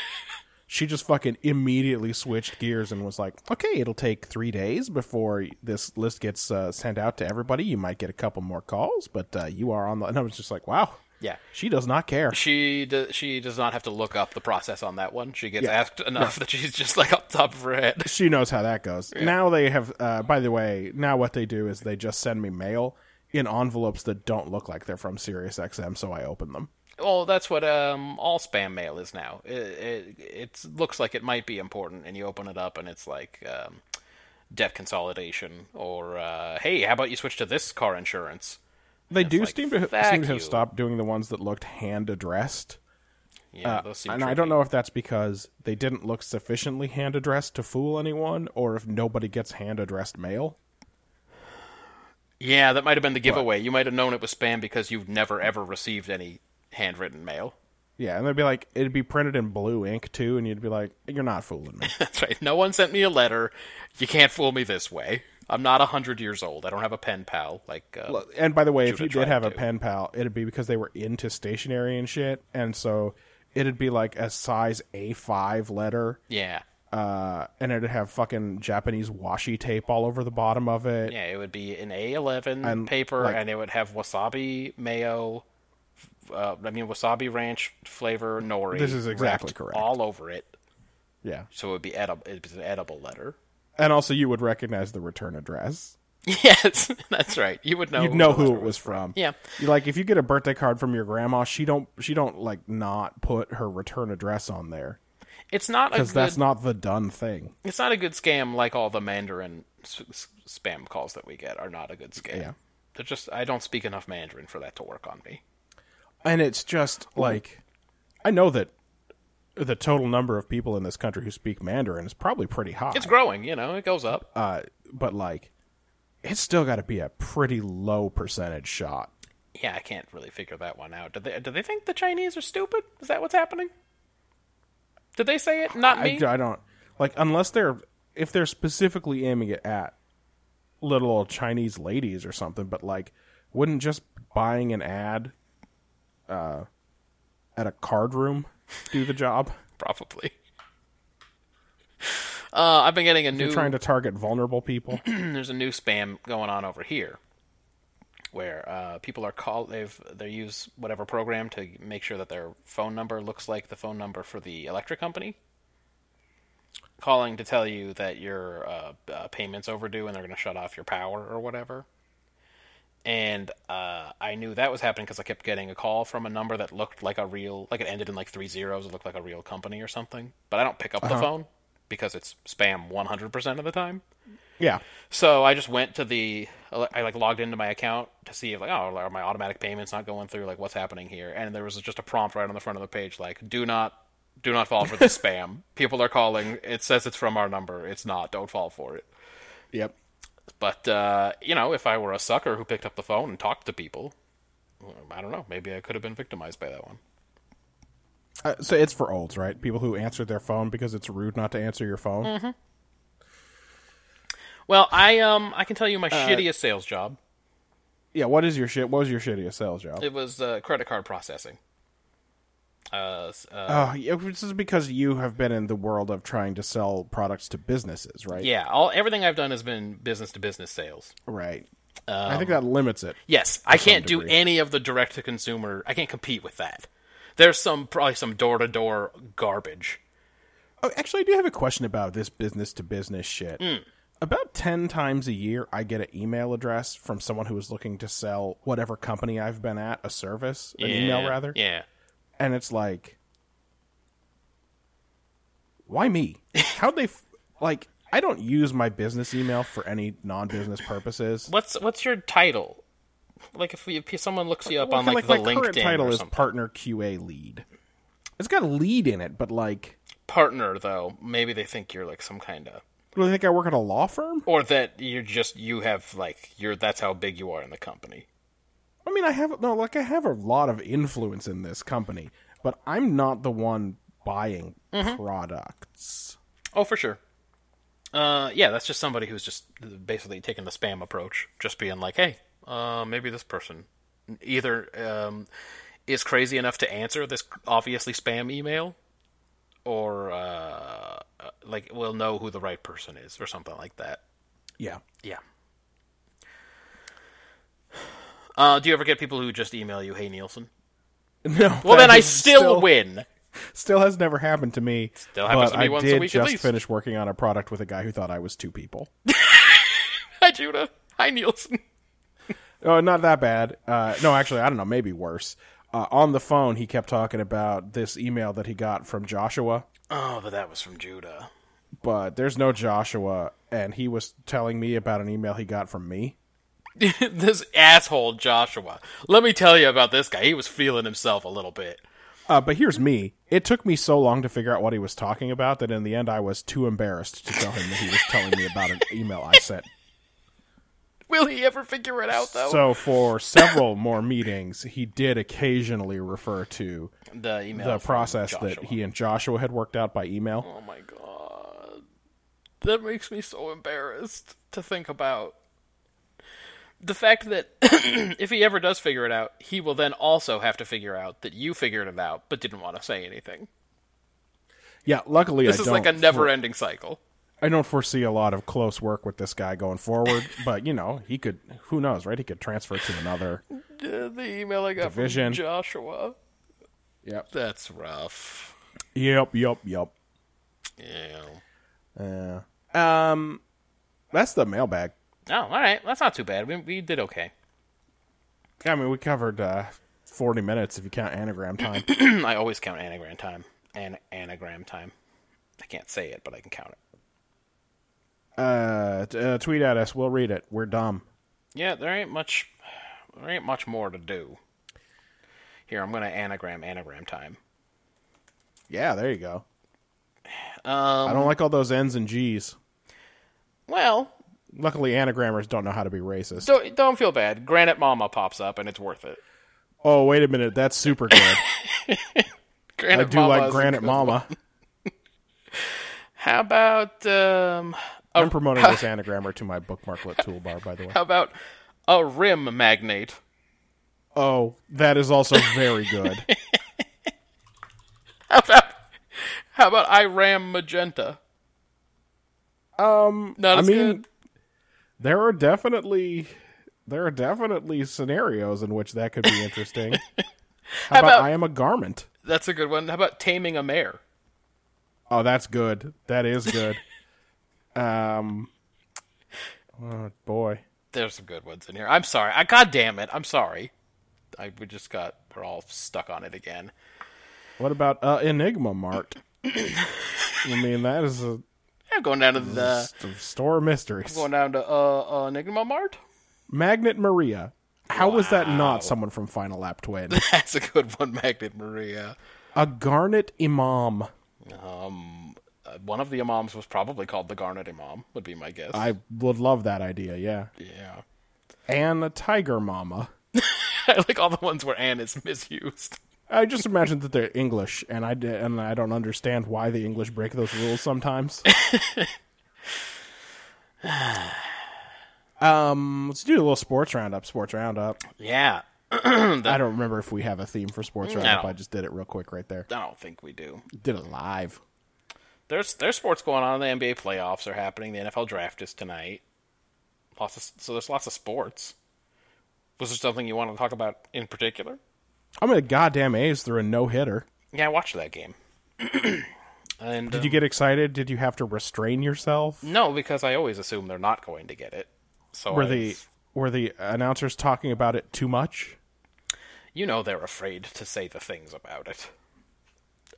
she just fucking immediately switched gears and was like, "Okay, it'll take three days before this list gets uh, sent out to everybody. You might get a couple more calls, but uh, you are on the." And I was just like, "Wow,
Yeah.
she does not care."
She do- she does not have to look up the process on that one. She gets
Yeah.
asked enough that she's just, like, up top of her head.
she knows how that goes. Now they have. Uh, by the way, now what they do is they just send me mail in envelopes that don't look like they're from SiriusXM, so I open them.
Well, that's what um, all spam mail is now. It, it it's, looks like it might be important, and you open it up, and it's like um, debt consolidation, or, uh, hey, how about you switch to this car insurance?
They do
like,
seem to
"Fuck
seem to
you."
have stopped doing the ones that looked hand addressed,
Yeah, those seem
Uh, and I
tricky.
don't know if that's because they didn't look sufficiently hand addressed to fool anyone, or if nobody gets hand addressed mail.
Yeah, that might have been the giveaway. You might have known it was spam because you've never ever received any handwritten mail.
Yeah, and they'd be like, it'd be printed in blue ink too, and you'd be like, you're not fooling me.
That's right. No one sent me a letter. You can't fool me this way. I'm not a hundred years old. I don't have a pen pal. Like, uh,
and by the way, if
Judah
you did
tried
have a
to.
pen pal, it'd be because they were into stationery and shit, and so it'd be like a size A5 letter.
yeah,
Uh, and it'd have fucking Japanese washi tape all over the bottom of it.
yeah. It would be an A11
And,
paper,
like-
and it would have wasabi mayo. Uh, I mean, wasabi ranch flavor nori.
This is exactly
wrapped
correct.
All over it,
yeah.
so it would be edible. It's an edible letter.
And also, you would recognize the return address.
Yes, that's right. You would know.
You'd know
the letter
who it was from.
Yeah.
You- like if you get a birthday card from your grandma, she don't she don't like not put her return address on there
It's not a
because that's
good-
not the done thing.
it's not a good scam like all the Mandarin s- s- spam calls that we get are not a good scam.
Yeah.
They're just I don't speak enough Mandarin for that to work on me.
And it's just like I know that the total number of people in this country who speak Mandarin is probably pretty high,
It's growing, you know, it goes up.
Uh, but like it's still got to be a pretty low percentage shot.
yeah, I can't really figure that one out. Do they do they think the Chinese are stupid? Is that what's happening? Did they say it? Not
I,
me.
I don't like unless they're if they're specifically aiming it at little old Chinese ladies or something, but like wouldn't just buying an ad uh, at a card room do the job?
Probably. Uh, I've been getting a new
You're trying to target vulnerable people.
there's a new spam going on over here where uh, people are called they've they use whatever program to make sure that their phone number looks like the phone number for the electric company calling to tell you that your uh, uh, payments overdue and they're going to shut off your power or whatever and uh, i knew that was happening because i kept getting a call from a number that looked like a real like it ended in like three zeros it looked like a real company or something but i don't pick up the phone because it's spam 100% of the time.
Yeah.
So I just went to the uh, I like logged into my account to see if like oh are my automatic payments not going through like what's happening here and there was just a prompt right on the front of the page like do not do not fall for this spam people are calling it says it's from our number it's not don't fall for it
Yep.
but uh, you know if I were a sucker who picked up the phone and talked to people well, I don't know maybe I could have been victimized by that one
Uh, so it's for olds, right? People who answer their phone because it's rude not to answer your phone.
well I um I can tell you my shittiest sales job
Yeah. What is your shit? What was your shittiest sales job?
it was uh, credit card processing uh, s- uh
Oh, yeah, this is because you have been in the world of trying to sell products to businesses, right?
yeah all everything I've done has been business to business sales
Right. I think
Um,
that limits it.
Yes, I can't do
degree.
any of the direct to consumer. I can't compete with that. There's some probably some door to door garbage.
Oh, actually, I do have a question about this business to business shit.
Mm.
About 10 times a year, I get an email address from someone who is looking to sell whatever company I've been at a service, an email
Yeah,
rather.
Yeah.
And it's like, why me? How'd they, f- like, I don't use my business email for any non business purposes.
What's what's your title? Like if, we, if someone looks you up
Well,
on
kinda
like, the
my current
LinkedIn
title
or
is
something.
partner QA lead. It's got lead in it, but like,
partner though, maybe they think you're like some kind of
do they think I work at a law firm?
or that you're just you have like you're that's how big you are in the company.
I mean, I have no like I have a lot of influence in this company, but I'm not the one buying
Mm-hmm.
products.
Oh, for sure. Uh, yeah, that's just somebody who's just basically taking the spam approach, just being like, "Hey, uh, maybe this person either um, is crazy enough to answer this obviously spam email, or uh, like will know who the right person is, or something like that."
Yeah.
Yeah. Uh, do you ever get people who just email you, "Hey, Nielsen"?
No.
Well,
that
then I
is
still, win.
Still has never happened to me. Still
happens
but
to me
I
once a
did
week at
just
least.
finish working on a product with a guy who thought I was two people.
Hi, Judah. Hi, Nielsen.
Oh, not that bad. Uh, no, actually, I don't know. Maybe worse. Uh, on the phone, he kept talking about this email that he got from Joshua,
Oh, but that was from Judah.
but there's no Joshua, and he was telling me about an email he got from me.
this asshole Joshua. Let me tell you about this guy. He was feeling himself a little bit.
Uh, but here's me. It took me so long to figure out what he was talking about that in the end I was too embarrassed to tell him that he was telling me about an email I sent.
Will he ever figure it out though?
So for several more meetings, he did occasionally refer to
the email.
the
from
process that
Joshua.
he and Joshua had worked out by email.
Oh my god. That makes me so embarrassed to think about. The fact that if he ever does figure it out, he will then also have to figure out that you figured it out but didn't want to say anything.
Yeah, luckily
This
I
is
don't.
like a never-ending cycle.
I don't foresee a lot of close work with this guy going forward, but you know he could. Who knows, right? He could transfer to another.
Uh, The email I got
Division.
from Joshua.
Yep.
That's rough.
Yep. Yep. Yep.
Yeah.
Yeah. Um, that's the mailbag.
Oh, all right. That's not too bad. We, we did okay.
I mean, we covered uh, 40 minutes if you count anagram time.
I always count anagram time and anagram time. I can't say it, but I can count it.
uh, t- uh, tweet at us. We'll read it. We're dumb.
Yeah, there ain't much. There ain't much more to do. Here, I'm gonna anagram anagram time.
Yeah, there you go. I
Um.
don't like all those N's and G's.
Well,
Luckily, anagrammers don't know how to be racist.
don't don't feel bad. Granite Mama pops up, and it's worth it.
oh, wait a minute. That's super good. I
Granite
do
Mama
like
is a
Granite
good-
Mama.
How about um? A,
I'm promoting this anagrammer to my bookmarklet toolbar, by the way.
how about a rim magnate?
Oh, that is also very good.
How about how about I ram magenta? Um. Not
I
as
mean,
good.
there are definitely there are definitely scenarios in which that could be interesting. How about,
about-
I am a garment?
That's a good one. How about taming a mare?
Oh, that's good. That is good. um, oh boy.
There's some good ones in here. I'm sorry. I god damn it. I'm sorry. I we just got we're all stuck on it again.
What about uh, Enigma Mart? I mean, that is a
I'm going down to the
St- store mysteries.
going down to uh uh Enigma Mart.
Magnet Maria. How was that not someone from Final Lap Twin?
That's a good one, Magnet Maria.
a Garnet Imam.
Uh, one of the imams was probably called the Garnet Imam. Would be my guess.
I would love that idea, yeah.
yeah.
And a Tiger Mama.
I like all the ones where Anne is misused.
I just imagine that they're English, and I, d- and I don't understand why the English break those rules sometimes. um, let's do a little sports roundup. Sports roundup.
Yeah.
I don't remember if we have a theme for sports roundup. I just did it real quick right there.
I don't think we do.
Did it live.
There's there's sports going on. The NBA playoffs are happening. The NFL draft is tonight. Lots of, so there's lots of sports. Was there something you want to talk about in particular?
I'm gonna goddamn A's through a no hitter.
Yeah, I watched that game. and uh,
Did you get excited? Did you have to restrain yourself?
no? Because I always assume they're not going to get it. So
Were
I-
the were the announcers talking about it too much?
you know they're afraid to say the things about it.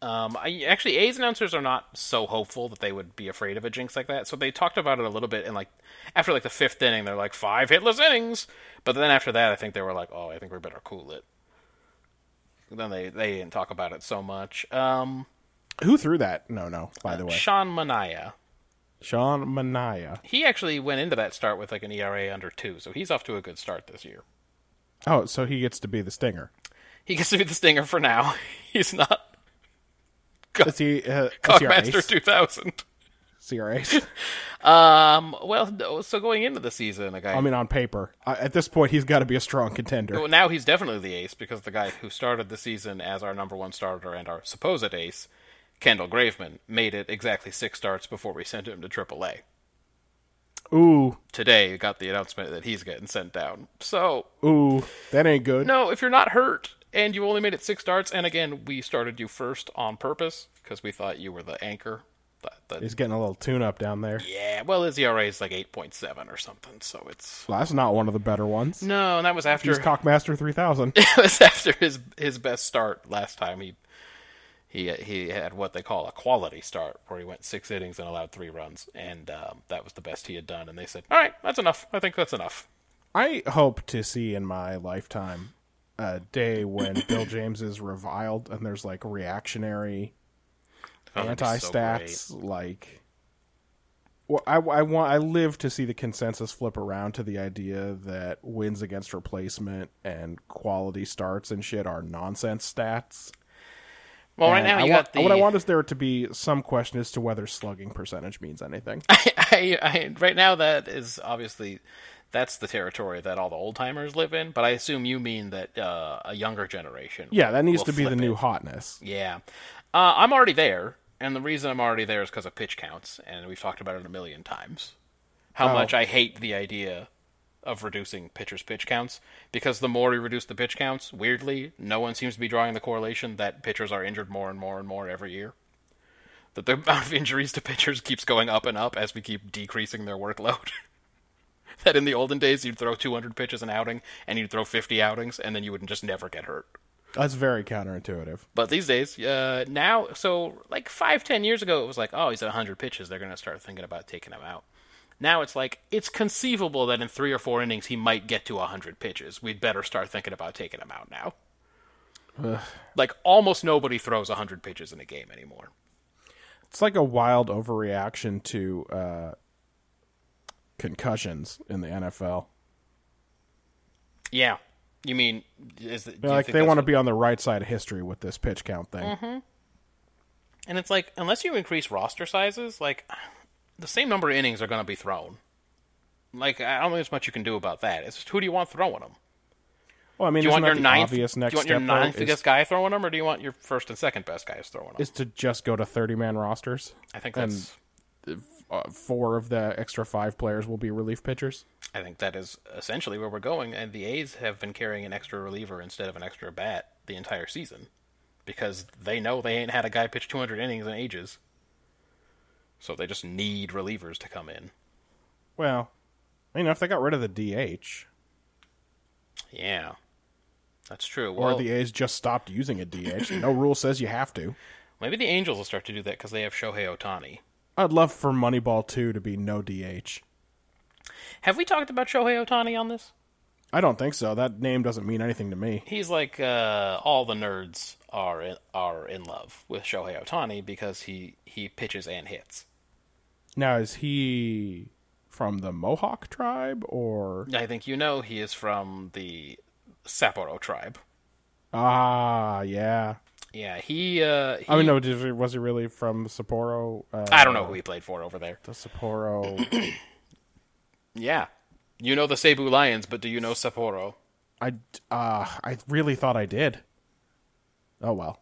Um, I, actually, A's announcers are not so hopeful that they would be afraid of a jinx like that. So they talked about it a little bit, and like after like the fifth inning, they're like five hitless innings. But then after that, I think they were like, oh, I think we better cool it. Then they they didn't talk about it so much. Um,
Who threw that? No, no. By the way,
Sean Mania,
Sean Mania.
he actually went into that start with like an ERA under two, so he's off to a good start this year.
Oh, so he gets to be the stinger.
He gets to be the stinger for now. he's not
Is he? Uh, is he our
Cockmaster
ace?
two thousand.
Is he our ace?
Um. Well, no, so going into the season, a guy.
I mean, on paper, I, at this point, he's got to be a strong contender.
well, now he's definitely the ace because the guy who started the season as our number one starter and our supposed ace, Kendall Graveman, made it exactly six starts before we sent him to AAA.
Ooh,
Today, we got the announcement that he's getting sent down. So,
ooh, that ain't good.
no, if you're not hurt and you only made it six starts, and again, we started you first on purpose because we thought you were the anchor. The, the,
He's getting a little tune-up down there.
yeah. Well, his ERA is like eight point seven or something, so it's.
Well, that's not one of the better ones.
No, and that was after
He's Cockmaster three thousand.
it was after his his best start last time. He he he had what they call a quality start, where he went six innings and allowed three runs, and um, that was the best he had done. And they said, "All right, that's enough. I think that's enough."
I hope to see in my lifetime a day when Bill James is reviled and there's like reactionary
Oh, that'd be so
anti-stats like well, I, I want I live to see the consensus flip around to the idea that wins against replacement and quality starts and shit are nonsense stats.
great. Well, Oh, right
And
now
I
you
want-
got the
what I want is there to be some question as to whether slugging percentage means anything.
I, I, right now that is obviously that's the territory that all the old timers live in. But I assume you mean that uh, a younger generation.
yeah, that needs
will
to be the
flip it.
new hotness.
Yeah. Uh, I'm already there, and the reason I'm already there is because of pitch counts, and we've talked about it a million times. How much I hate the idea of reducing pitchers' pitch counts, because the more we reduce the pitch counts, weirdly, no one seems to be drawing the correlation that pitchers are injured more and more and more every year. That the amount of injuries to pitchers keeps going up and up as we keep decreasing their workload. that in the olden days, you'd throw 200 pitches an outing, and you'd throw 50 outings, and then you would just never get hurt.
That's very counterintuitive.
But these days, uh, now, so like five, ten years ago, it was like, oh, he's at 100 pitches. They're going to start thinking about taking him out. Now it's like, it's conceivable that in three or four innings, he might get to 100 pitches. We'd better start thinking about taking him out now. like, almost nobody throws 100 pitches in a game anymore.
It's like a wild overreaction to uh, concussions in the NFL.
Yeah. You mean, is it, do you
like
think
they
that's
want to
what- Mm.
be on the right side of history with this pitch count thing.
And it's like, unless you increase roster sizes, like, the same number of innings are going to be thrown. Like, I don't think there's much you can do about that. It's just who do you want throwing them?
Well, I mean,
Do you
isn't
want
that
your
the
ninth?
obvious next
do you want your
step though,
ninth
is,
biggest guy throwing them, or do you want your first and second best guys throwing them?
is to just go to thirty man rosters?
I think
and-
that's.
Uh, four of the extra five players will be relief pitchers.
I think that is essentially where we're going, and the A's have been carrying an extra reliever instead of an extra bat the entire season because they know they ain't had a guy pitch 200 innings in ages, so they just need relievers to come in.
Well, you know, if they got rid of the DH
Yeah, that's true.
or
Well,
the A's just stopped using a DH, no rule says you have to.
maybe the Angels will start to do that because they have Shohei Otani.
I'd love for Moneyball 2 to be no DH.
Have we talked about Shohei Otani on this?
I don't think so. That name doesn't mean anything to me.
He's like uh, all the nerds are in, are in love with Shohei Otani because he he pitches and hits.
Now, is he from the Mohawk tribe or
I think you know he is from the Sapporo tribe.
ah yeah?
Yeah, he. Uh, he
I mean, no, did he- was he really from Sapporo? Uh,
I don't know who he played for over there.
the Sapporo.
Yeah, you know the Cebu Lions, but do you know Sapporo?
I d- uh, I really thought I did. Oh well,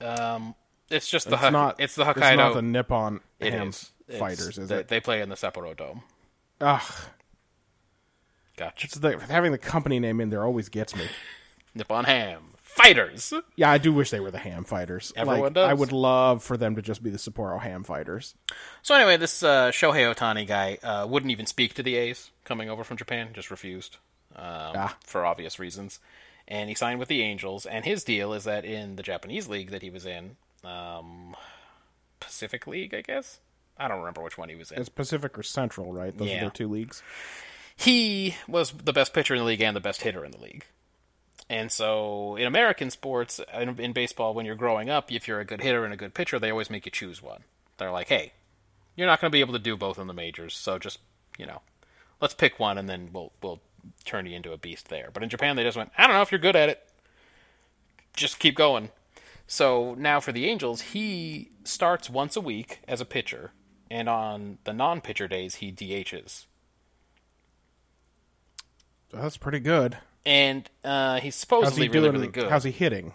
Um, it's just the
it's
Hok-
not.
it's the Hokkaido.
It's not the Nippon
It
ham
is. It's-
fighters, is
they,
it?
They play in the Sapporo Dome.
Ugh,
Gotcha.
it's the, having the company name in there always gets me.
Nippon Ham fighters.
Yeah, I do wish they were the Ham Fighters.
Everyone
Like,
does.
I would love for them to just be the Sapporo Ham Fighters.
So anyway, this uh, Shohei Otani guy uh, wouldn't even speak to the A's coming over from Japan. Just refused um, for obvious reasons. And he signed with the Angels. And his deal is that in the Japanese league that he was in, um, Pacific League, I guess. I don't remember which one he was in.
It's Pacific or Central, right? Those
Yeah.
are their two leagues.
he was the best pitcher in the league and the best hitter in the league. And so, in American sports, in, in baseball, when you're growing up, if you're a good hitter and a good pitcher, they always make you choose one. They're like, hey, you're not going to be able to do both in the majors, so just, you know, let's pick one and then we'll, we'll turn you into a beast there. But in Japan, they just went, I don't know if you're good at it. Just keep going. So now for the Angels, he starts once a week as a pitcher, and on the non pitcher days, he DHs.
That's pretty good.
and uh, he's
How's
supposedly
he
really,
doing?
really good.
How's he hitting?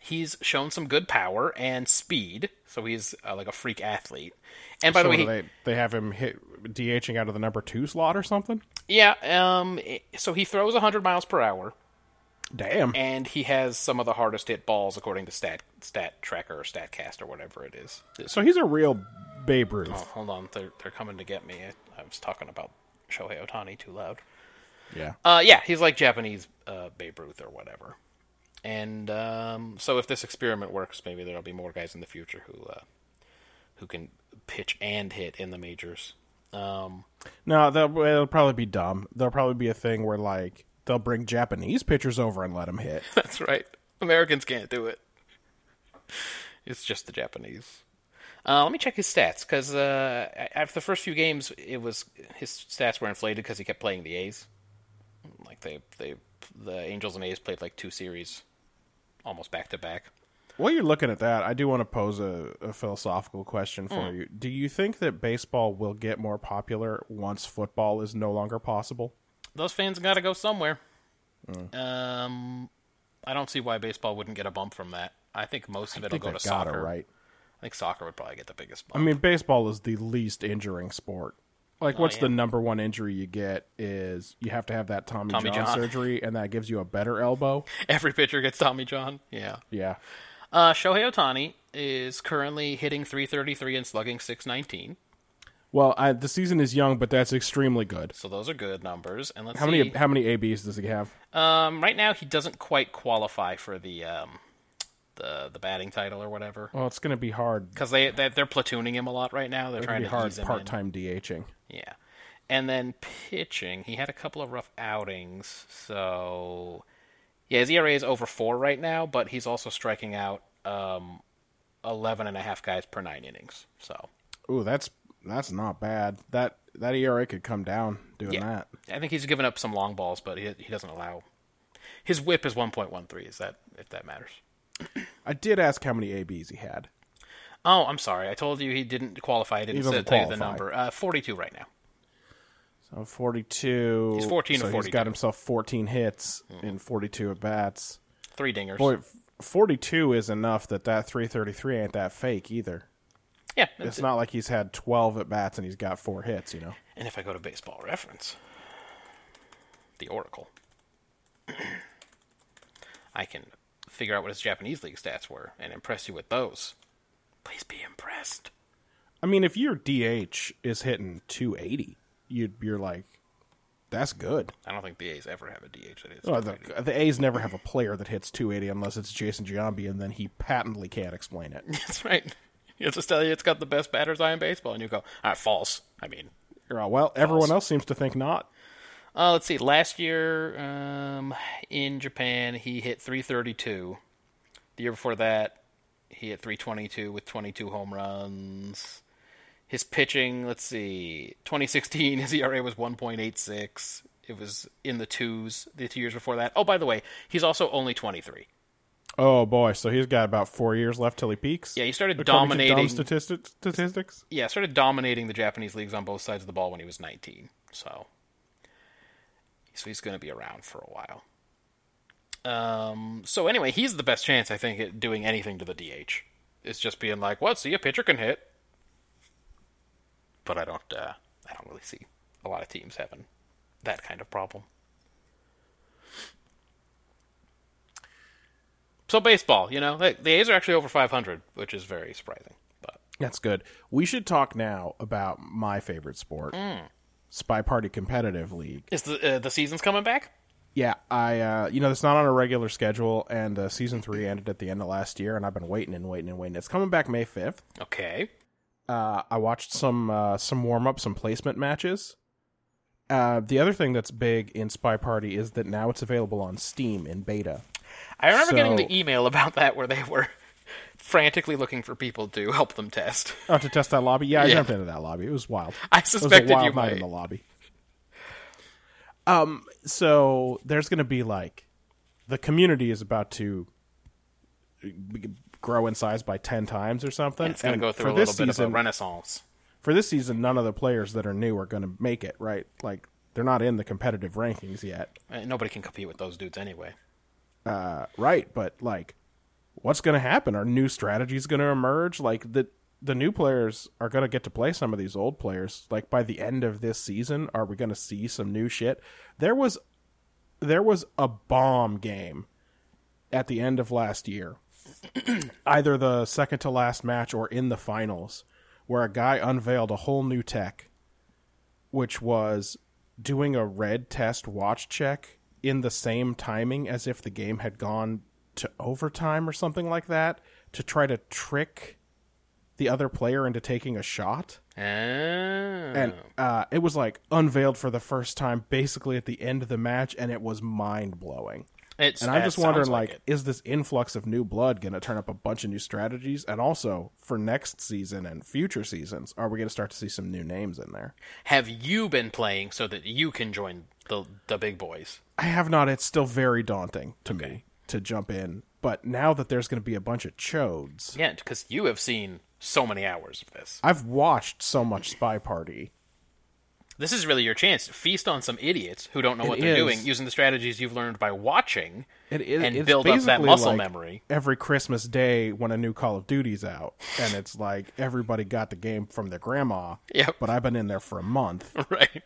He's shown some good power and speed, so he's uh, like a freak athlete. And by
So
the
what do
way,
they they have him hit DHing out of the number two slot or something.
he, yeah, um, i- so he throws 100 miles per hour,
Damn.
and he has some of the hardest hit balls according to Stat Stat Tracker or Statcast or whatever it is.
So he's a real Babe Ruth.
Hold on, they're they're coming to get me. I, I was talking about Shohei Otani too loud.
Yeah.
Uh, yeah, he's like Japanese uh, Babe Ruth or whatever. And um, so, if this experiment works, maybe there'll be more guys in the future who uh, who can pitch and hit in the majors. Um,
No, they'll, it'll probably be dumb. There'll probably be a thing where like they'll bring Japanese pitchers over and let them hit.
that's right. Americans can't do it. It's just the Japanese. Uh, let me check his stats because uh, a- after the first few games, it was his stats were inflated because he kept playing the A's. Like they, they, the Angels and A's played like two series, almost back to back.
While you're looking at that, I do want to pose a, a philosophical question for
Mm.
you. Do you think that baseball will get more popular once football is no longer possible?
those fans got to go somewhere.
Mm.
Um, I don't see why baseball wouldn't get a bump from that. I think most of it'll go to
They gotta,
soccer.
right?
I think soccer would probably get the biggest
I
bump.
mean, baseball is the least injuring sport. Like, what's
Oh, yeah.
the number one injury you get is you have to have that Tommy,
Tommy
John,
John.
surgery, and that gives you a better elbow.
Every pitcher gets Tommy John. Yeah.
Yeah,
Uh, Shohei Otani is currently hitting 333 and slugging 619.
Well, I, the season is young, but that's extremely good.
So those are good numbers. And let's
How
see.
many how many ABs does he have?
um, right now he doesn't quite qualify for the um, the the batting title or whatever
Well, it's going to be hard.
because they, they they're platooning him a lot right now. They're
It's going
trying
to be
to
hard
ease him
part
in.
time DHing.
Yeah. And then pitching, he had a couple of rough outings. So, yeah, his ERA is over four right now, but he's also striking out um, 11 and a half guys per nine innings. So,
Ooh, that's that's not bad. That that ERA could come down doing
yeah.
that.
I think he's given up some long balls, but he, he doesn't allow. His whip is 1.13, is that if that matters.
I did ask how many ABs he had.
Oh, I'm sorry. I told you he didn't qualify. I didn't
He doesn't
say- tell you the
qualify.
number. Uh, 42 right now.
So forty two.
He's 14
So
of
he's got
42.
himself fourteen hits in forty two at bats.
Three dingers.
Boy, forty two is enough that that three thirty three ain't that fake either.
yeah.
It's not like he's had twelve at bats and he's got four hits. You know.
And if I go to baseball reference, the Oracle, I can figure out what his Japanese league stats were and impress you with those. Please be impressed.
I mean, if your DH is hitting 280, you'd, you're like, that's good.
I don't think the A's ever have a DH that is.
Oh, the, the A's never have a player that hits 280 unless it's Jason Giambi, and then he patently can't explain it.
That's right. He'll just tell you it's got the best batter's eye in baseball, and you go, ah, false. I mean,
You're all, well, everyone else seems to think not.
uh, let's see. Last year um, in Japan, he hit 332. The year before that, he hit 322 with 22 home runs. His pitching, let's see, 2016, his ERA was 1.86. It was in the twos the two years before that. Oh, by the way, he's also only 23.
Oh boy, so he's got about four years left till he peaks.
Yeah, he started
According to
dominating-
dumb statistics. Statistics.
yeah, started dominating the Japanese leagues on both sides of the ball when he was 19. So, so he's going to be around for a while. Um, so anyway, he's the best chance I think at doing anything to the DH. It's just being like, "What? See, a pitcher can hit." But I don't, uh, I don't really see a lot of teams having that kind of problem. So baseball, you know, like, the A's are actually over 500, which is very surprising. But
That's good. We should talk now about my favorite sport,
Mm.
Spy Party Competitive League.
Is the uh, the season's coming back?
Yeah, I uh, you know it's not on a regular schedule, and uh, season three ended at the end of last year, and I've been waiting and waiting and waiting. It's coming back May fifth.
Okay.
Uh, I watched some uh, some warm up, some placement matches. Uh, the other thing that's big in Spy Party is that now it's available on Steam in beta.
I remember getting
So-
the email about that where they were frantically looking for people to help them test.
Oh, to test that lobby? Yeah, I
Yeah.
jumped into that lobby. It was wild.
I
It was a
suspected
wild
you
night in
might.
the lobby. Um, so there's going to be like the community is about to b- grow in size by ten times or something.
It's going to
And
go through a
for
little
this
bit
season,
of a renaissance.
For this season, none of the players that are new are going to make it. Right? Like they're not in the competitive rankings yet. Uh,
Uh, Nobody can compete with those dudes anyway.
right but like what's going to happen are new strategies going to emerge like the the new players are going to get to play some of these old players like by the end of this season are we going to see some new shit there was there was a bomb game at the end of last year either the second to last match or in the finals where a guy unveiled a whole new tech which was doing a red test watch check in the same timing as if the game had gone to overtime or something like that to try to trick the other player into taking a shot
Oh. Eh,
and uh, it was like unveiled for the first time basically at the end of the match and it was mind-blowing
it's,
and i'm
that
just wondering
sounds
like,
it.
is this influx of new blood going to turn up a bunch of new strategies and also for next season and future seasons are we going to start to see some new names in there
have you been playing so that you can join the the big boys?
I have not. It's still very daunting to me to jump in. But now that there's going to be a bunch of chodes,
Yeah, because you have seen so many hours of this.
I've watched so much Spy Party.
This is really your chance to feast on some idiots who don't know what
It
they're
is.
doing using the strategies you've learned by watching
It is
and
it's
build up that
basically
muscle
like
memory.
every Christmas Day when a new Call of Duty's out, and it's like everybody got the game from their grandma.
Yep.
But I've been in there for a month.
Right.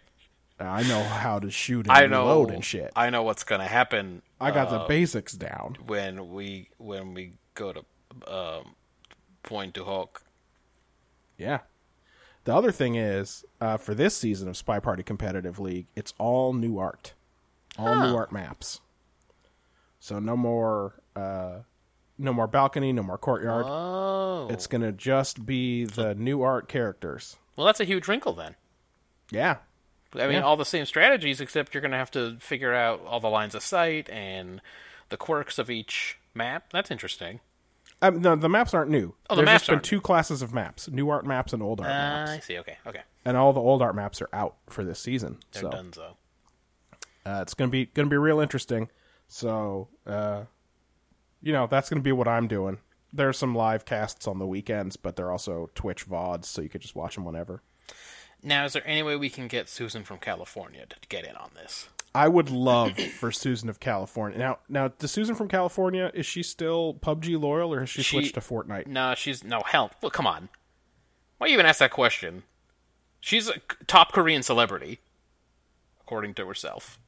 I know how to shoot and
I know
reload and shit. I,
I uh, know what's gonna happen
got the basics down.
when we when we go to um, Point to Hulk.
Yeah. The other thing is, uh, for this season of Spy Party Competitive League, it's all new art, all new art maps. So no more, uh, no more balcony, no more courtyard.
Oh,
It's gonna just be the new art characters.
well, that's a huge wrinkle then.
Yeah,
I mean, all the same strategies, except you're gonna have to figure out all the lines of sight and the quirks of each map. That's interesting.
um, no, the maps aren't new.
Oh, the
There's
maps
just been
aren't
two classes of maps: new art maps and old art
Uh,
maps.
I see. Okay, okay,
And all the old art maps are out for this season.
they're
so
done. So
Uh, it's gonna be gonna be real interesting. So, uh, you know, that's gonna be what I'm doing. There's some live casts on the weekends, but they're also Twitch vods, so you could just watch them whenever.
now, is there any way we can get Susan from California to get in on this?
I would love for Susan of California. Now, now, does Susan from California is she still PUBG loyal, or has she,
She-
switched to Fortnite?
No, she's no help. Well, come on. Why you even ask that question? She's a c- top Korean celebrity, according to herself.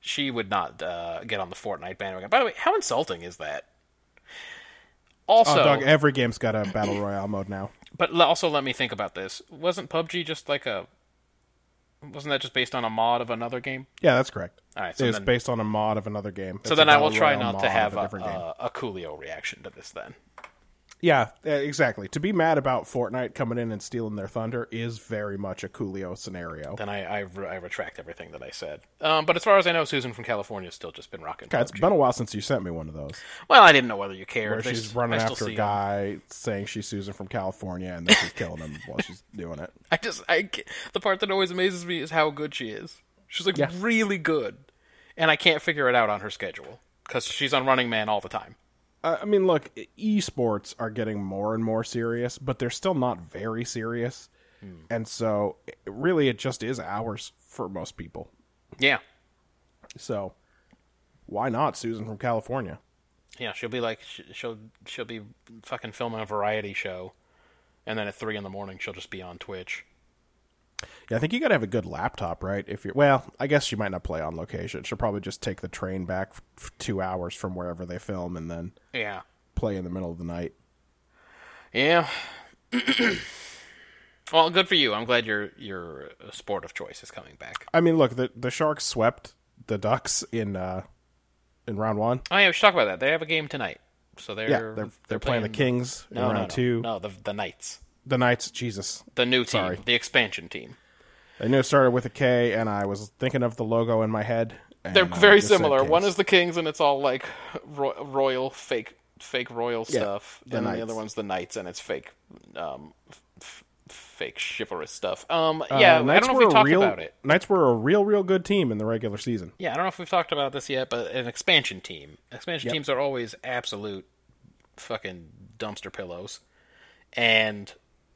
She would not uh, get on the Fortnite bandwagon. By the way, how insulting is that? Also,
Oh, dog, every game's got a battle royale mode now.
but le- also let me think about this. Wasn't PUBG just like a? Wasn't that just based on a mod of another game?
Yeah, that's correct.
All right, so
it's
then-
based on a mod of another game.
So
It's
then
a
I will
battle
try
royale
not to
mod
have
of
a,
different game.
a, a Coolio reaction to this. Then
Yeah, uh, exactly. To be mad about Fortnite coming in and stealing their thunder is very much a Coolio scenario.
Then I I, re- I retract everything that I said. Um, but as far as I know, Susan from California has still just been rocking.
God, it's
PUBG.
been a while since you sent me one of those
well, I didn't know whether you cared.
where
They
she's
s-
running
I still
after
see
a
'em.
guy saying she's Susan from California and then she's killing him while she's doing it.
I just I ca- the part that always amazes me is how good she is. She's like
Yeah.
really good, and I can't figure it out on her schedule because she's on Running Man all the time.
I I mean, look, e-, esports are getting more and more serious, but they're still not very serious.
Hmm.
And so, it- really, it just is hours for most people.
Yeah,
So, why not Susan from California?
yeah. She'll be like sh- she'll she'll be fucking filming a variety show, and then at three in the morning she'll just be on Twitch.
Yeah, I think you got to have a good laptop, right? If you're well, I guess she might not play on location. She'll probably just take the train back f- f- two hours from wherever they film and then
Yeah,
play in the middle of the night.
yeah. well, good for you. I'm glad your your uh, sport of choice is coming back.
I mean, look, the the Sharks swept the Ducks in uh in round one.
Oh yeah, we should talk about that. They have a game tonight, so they're
Yeah, they're they're, playing, the Kings in
No,
round
no, no,
two.
No, the the Knights,
The Knights, Jesus,
the new team,
Sorry.
the expansion team.
I knew it started with a K, and I was thinking of the logo in my head. and
They're
I
very
just said
similar. One
Kings.
is the Kings, and it's all like ro- royal fake fake royal stuff,
the
and then
knights.
the other one's the Knights, and it's fake um, f- f- fake chivalrous stuff. Um,
Uh,
yeah, I
Knights
don't know
were
if
a
we talked
real,
about it.
Knights were a real, real good team in the regular season.
Yeah, I don't know if we've talked about this yet, but an expansion team. Expansion teams are always absolute fucking dumpster pillows, and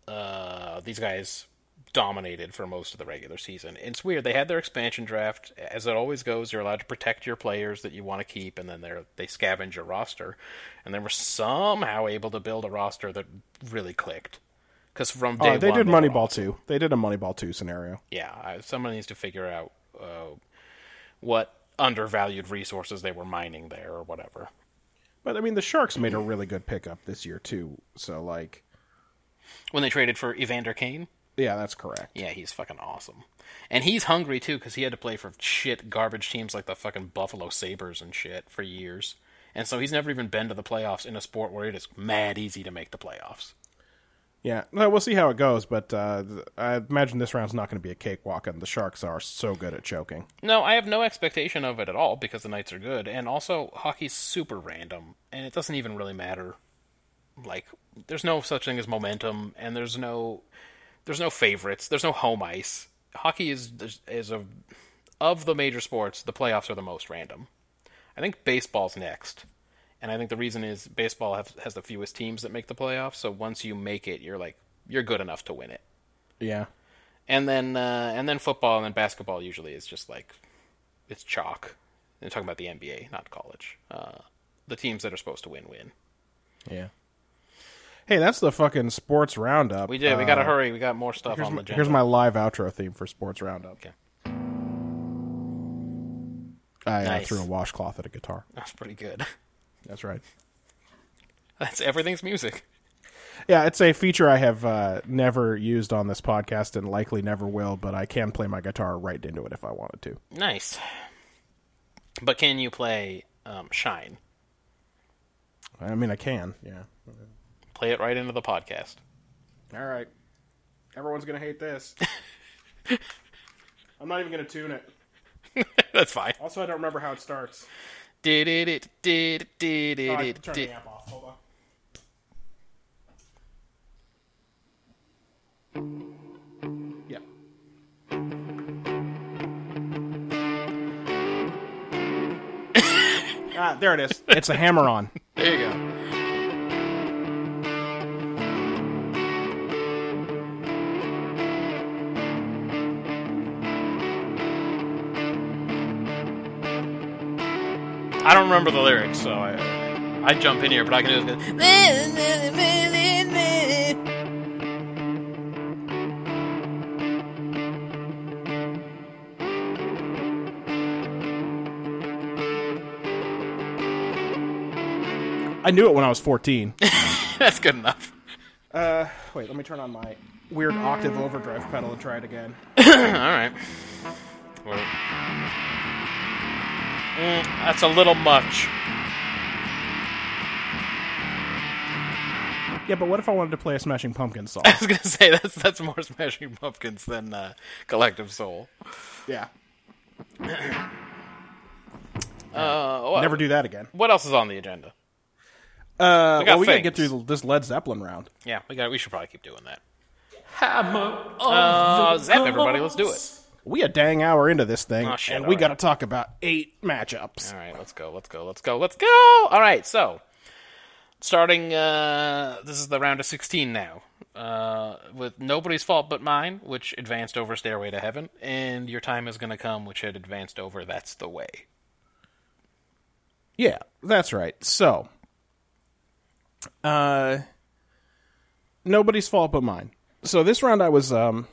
uh, these guys dominated for most of the regular season. It's weird. They had their expansion draft, as it always goes. You're allowed to protect your players that you want to keep, and then they they scavenge your roster, and they were somehow able to build a roster that really clicked. Because from day
Uh, they
one,
did
were
Moneyball two. They did a Moneyball two scenario.
yeah, I, someone needs to figure out uh, what undervalued resources they were mining there or whatever.
But I mean, the Sharks made a really good pickup this year too. So like,
When they traded for Evander Kane,
yeah, that's correct.
yeah, he's fucking awesome, and he's hungry too because he had to play for shit garbage teams like the fucking Buffalo Sabers and shit for years, and so he's never even been to the playoffs in a sport where it is mad easy to make the playoffs.
Yeah, no, we'll see how it goes. But uh, th- I imagine this round's not going to be a cakewalk, and the Sharks are so good at choking.
No, I have no expectation of it at all because the Knights are good, and also hockey's super random, and it doesn't even really matter. Like, there's no such thing as momentum, and there's no, there's no favorites, there's no home ice. Hockey is is a, of the major sports, the playoffs are the most random. I think baseball's next, and I think the reason is baseball have, has the fewest teams that make the playoffs. So once you make it, you're like you're good enough to win it
Yeah,
and then uh, and then football and then basketball usually is just like it's chalk. They're talking about the NBA, not college. Uh, the teams that are supposed to win win.
yeah. Hey, that's the fucking sports roundup. Uh,
We did. we got to hurry. We got more stuff
Here's
on the
my,
agenda.
here's my live outro theme for sports roundup.
Okay.
I uh,
Nice.
threw a washcloth at a guitar.
That's pretty good.
That's right.
That's everything's music.
Yeah, it's a feature I have uh, never used on this podcast and likely never will, but I can play my guitar right into it if I wanted to.
Nice. But can you play um, Shine?
I mean, I can. Yeah.
Play it right into the podcast.
All right. Everyone's gonna hate this. I'm not even gonna tune it.
That's fine.
Also, I don't remember how it starts.
Did it? It did it. Did it? it did.
amp off. Hold on. Yeah. ah, there it is. It's a hammer on.
There you go. I don't remember the lyrics, so I I jump in here, but I can do this.
I knew it when I was 14.
That's good enough.
Wait, let me turn on my weird octave overdrive pedal and try it again.
All right. Well, mm, that's a little much.
Yeah, but what if I wanted to play a Smashing Pumpkins song?
I was gonna say that's that's more Smashing Pumpkins than uh, Collective Soul.
yeah.
Uh, what,
Never do that again.
what else is on the agenda?
Uh,
We got
well, we gotta get
things.
through this Led Zeppelin round.
Yeah, we got. We should probably keep doing that.
Hammer of
Uh,
the
zap everybody. Let's do it.
gods.
We a dang hour into this thing,
Oh, shit,
and we
alright.
gotta talk about eight matchups.
All right, let's go. Let's go. Let's go. Let's go. All right, so starting uh this is the round of 16 now. Uh with Nobody's Fault But Mine, which advanced over Stairway to Heaven, and Your Time is Going to Come, which had advanced over That's the Way.
Yeah, that's right. So, uh, nobody's fault but mine. So this round, I was um,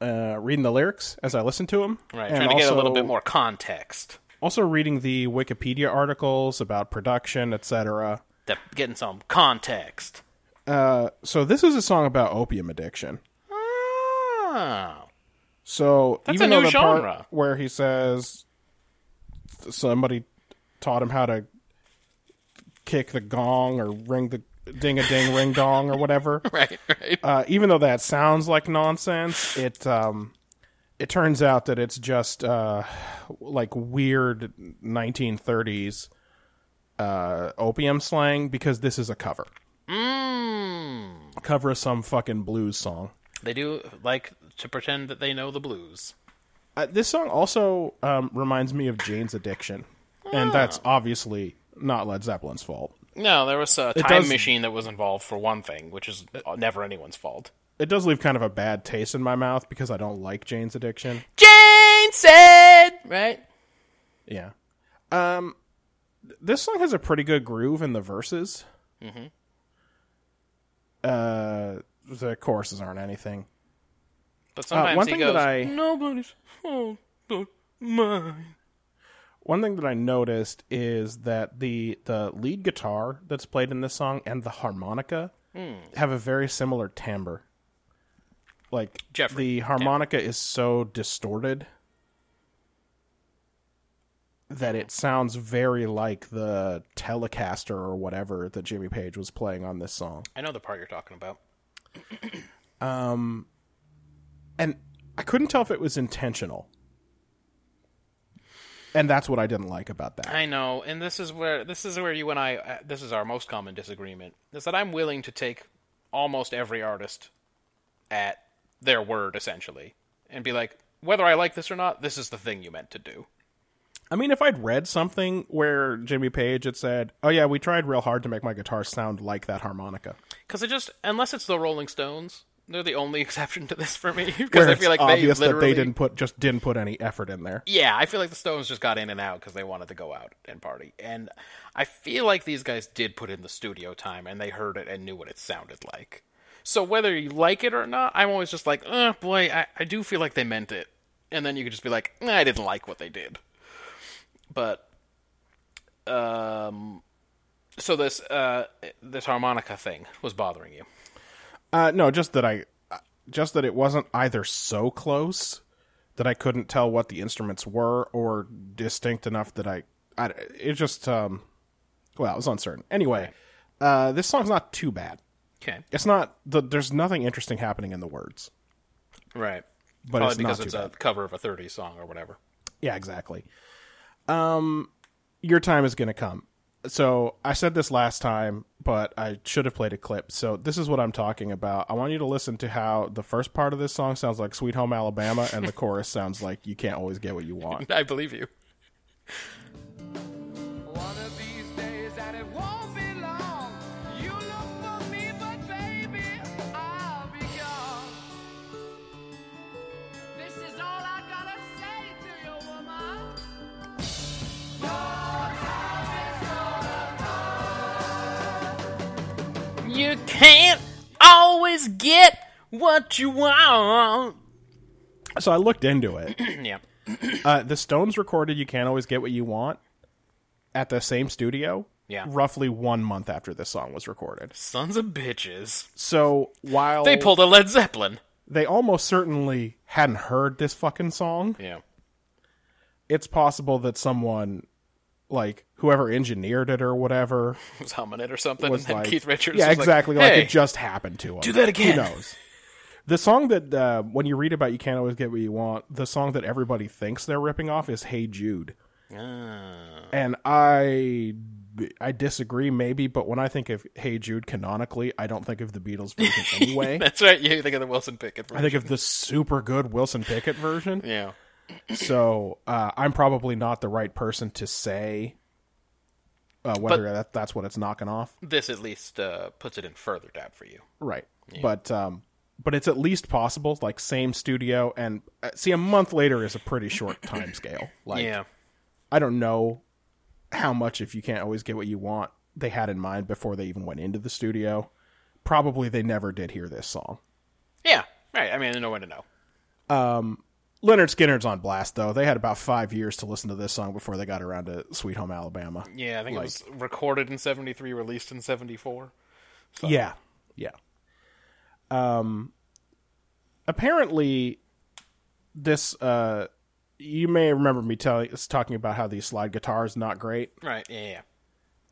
uh, reading the lyrics as I listened to them,
Right, trying to get a little bit more context.
Also, reading the Wikipedia articles about production, etc.
That getting some context.
So this is a song about opium addiction.
Oh.
So
That's
even
a
though
new
the part
genre.
where he says somebody taught him how to kick the gong or ring the ding a ding ring dong or whatever.
Right, right.
uh, even though that sounds like nonsense, it um, it turns out that it's just uh, like weird 1930s uh, opium slang because this is a cover
Mm.
cover of some fucking blues song.
They do like to pretend that they know the blues.
Uh, this song also um, reminds me of Jane's Addiction, and that's obviously not Led Zeppelin's fault.
No, there was a time
does-
machine that was involved for one thing, which is uh, never anyone's fault.
It does leave kind of a bad taste in my mouth because I don't like Jane's Addiction.
Jane said, right?
Yeah. Um, th- this song has a pretty good groove in the verses. Mm-hmm. Uh, the choruses aren't anything.
But
Uh,
sometimes
one
he
thing
goes,
that I
"Nobody's fault but mine."
one thing that I noticed is that the the lead guitar that's played in this song and the harmonica have a very similar timbre. Like
Jeffrey,
the harmonica is so distorted that it sounds very like the Telecaster or whatever that Jimmy Page was playing on this song.
I know the part you're talking about.
and I couldn't tell if it was intentional. And that's what I didn't like about that.
I know, and this is where this is where you and I uh, this is our most common disagreement is that I'm willing to take almost every artist at their word essentially and be like, whether I like this or not, this is the thing you meant to do.
I mean, if I'd read something where Jimmy Page had said, "Oh yeah, we tried real hard to make my guitar sound like that harmonica,"
Because it just unless it's the Rolling Stones, they're the only exception to this for me. Because
where
I feel like
it's obvious
they literally
that they didn't put just didn't put any effort in there.
Yeah, I feel like the Stones just got in and out because they wanted to go out and party. And I feel like these guys did put in the studio time and they heard it and knew what it sounded like. So whether you like it or not, I'm always just like, oh boy, I, I do feel like they meant it. And then you could just be like, "Nah, I didn't like what they did. But um so this uh this harmonica thing was bothering you.
Uh, no, just that I, uh, just that it wasn't either so close that I couldn't tell what the instruments were, or distinct enough that I, I it just, um, well, it was uncertain. Anyway, uh, this song's not too bad.
Okay.
It's not the, there's nothing interesting happening in the words.
Right.
But
Probably
it's not
because
too
it's a
bad.
cover of a 30s song or whatever.
Yeah, exactly. Um, your time is going to come. So I said this last time, but I should have played a clip. So this is what I'm talking about. I want you to listen to how the first part of this song sounds like Sweet Home Alabama, and the chorus sounds like You Can't Always Get What You Want.
I believe you.
One of these days, and it won't be long. You look for me, but baby, I'll be gone. This is all I gotta say to you, woman.
You can't always get what you want.
So I looked into it.
yeah.
Uh, the Stones recorded You Can't Always Get What You Want at the same studio.
Yeah.
Roughly one month after this song was recorded.
Sons of bitches.
So while
They pulled a Led Zeppelin.
they almost certainly hadn't heard this fucking song.
Yeah.
it's possible that someone like whoever engineered it or whatever
was humming it or something,
was
and then
like
Keith Richards.
Yeah,
was
exactly.
Like,
Like,
hey,
it just happened to him.
Do that again.
Who knows? The song that uh, when you read about, you can't always get what you want. The song that everybody thinks they're ripping off is "Hey Jude,"
Ah.
and I I disagree maybe, but when I think of "Hey Jude" canonically, I don't think of the Beatles version anyway.
that's right. You think of the Wilson Pickett.
I
Version.
think of the super good Wilson Pickett version.
yeah.
So uh, I'm probably not the right person to say uh, whether that, that's what it's knocking off.
This at least uh, puts it in further doubt for you.
Right. But um but it's at least possible like same studio and uh, see a month later is a pretty short time scale. Like
yeah.
I don't know how much if you can't always get what you want they had in mind before they even went into the studio. Probably they never did hear this song.
Yeah. Right. I mean, no one to know.
Leonard Skinner's on blast though. They had about 5 years to listen to this song before they got around to Sweet Home Alabama.
Yeah, I think it was recorded in '73, released in '74.
Yeah. Yeah. Um apparently this uh you may remember me telling us talking about how the slide guitar is not great.
Right. Yeah. yeah.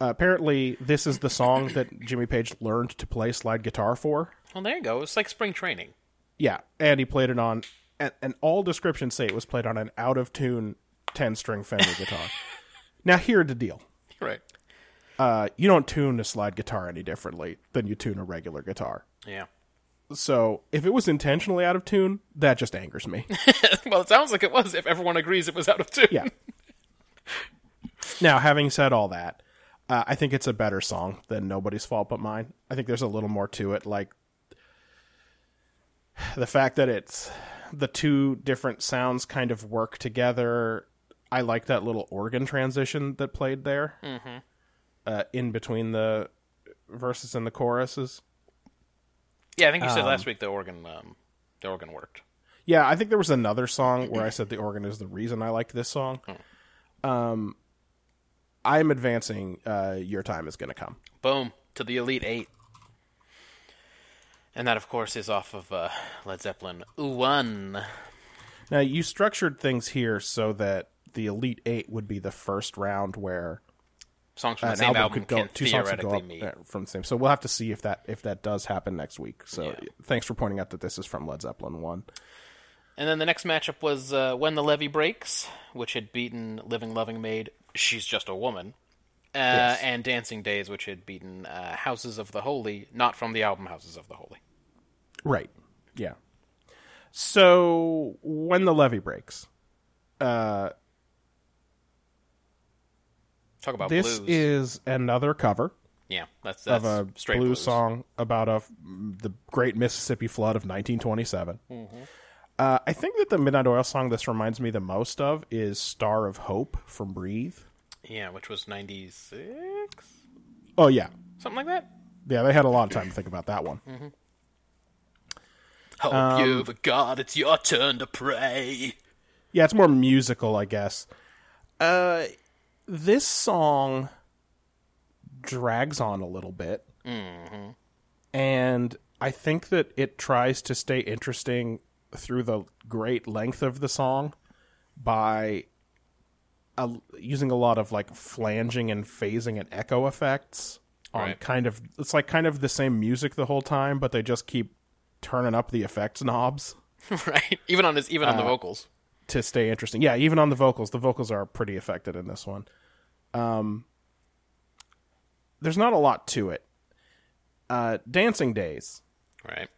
Uh, apparently this is the song that Jimmy Page learned to play slide guitar for.
Well, there you go. It's like spring training.
Yeah, and he played it on and, and all descriptions say it was played on an out of tune 10 string Fender guitar. now here's the deal.
Right.
Uh, you don't tune a slide guitar any differently than you tune a regular guitar.
Yeah.
So if it was intentionally out of tune, that just angers me.
well, it sounds like it was. If everyone agrees, it was out of tune.
Yeah. now, having said all that, uh, I think it's a better song than Nobody's Fault But Mine. I think there's a little more to it. Like the fact that it's the two different sounds kind of work together. I like that little organ transition that played there uh, in between the verses and the choruses.
Yeah, I think you said last week the organ, um, the organ worked.
Yeah, I think there was another song where I
Mm-hmm.
said the organ is the reason I liked this song. Um,
Hmm.
I'm advancing. Uh, your time is going to come.
Boom to the elite eight. And that, of course, is off of uh, Led Zeppelin one.
Now you structured things here so that the elite eight would be the first round where
Songs from the
an
same
album,
album,
could go.
can
Two songs could go
theoretically
up
meet.
uh, from the same. So we'll have to see if that if that does happen next week. So thanks for pointing out that this is from Led Zeppelin one.
And then the next matchup was uh, When the Levee Breaks, which had beaten Living Loving Maid, She's Just a Woman, uh, and Dancing Days, which had beaten uh, Houses of the Holy, not from the album Houses of the Holy.
Right. Yeah. So when the levee breaks,
Talk about
this
blues.
is another cover.
yeah, that's, that's
of a
straight
blues,
blues.
song about a f- the Great Mississippi Flood of 1927.
Mm-hmm.
Uh, I think that the Midnight Oil song this reminds me the most of is "Star of Hope" from Breathe.
Yeah, which was 96?
Oh yeah,
Something like that?
yeah, they had a lot of time to think about that one.
Hope you've a God, it's your turn to pray.
Yeah, it's more musical, I guess. Uh, this song drags on a little bit, and I think that it tries to stay interesting through the great length of the song by a, using a lot of like flanging and phasing and echo effects on
Right.
kind of it's like kind of the same music the whole time, but they just keep turning up the effects knobs
right? Even on his, even
Uh,
on the vocals.
to stay interesting. Yeah, even on the vocals, the vocals are pretty affected in this one. Um, there's not a lot to it. Uh, Dancing Days,
Right.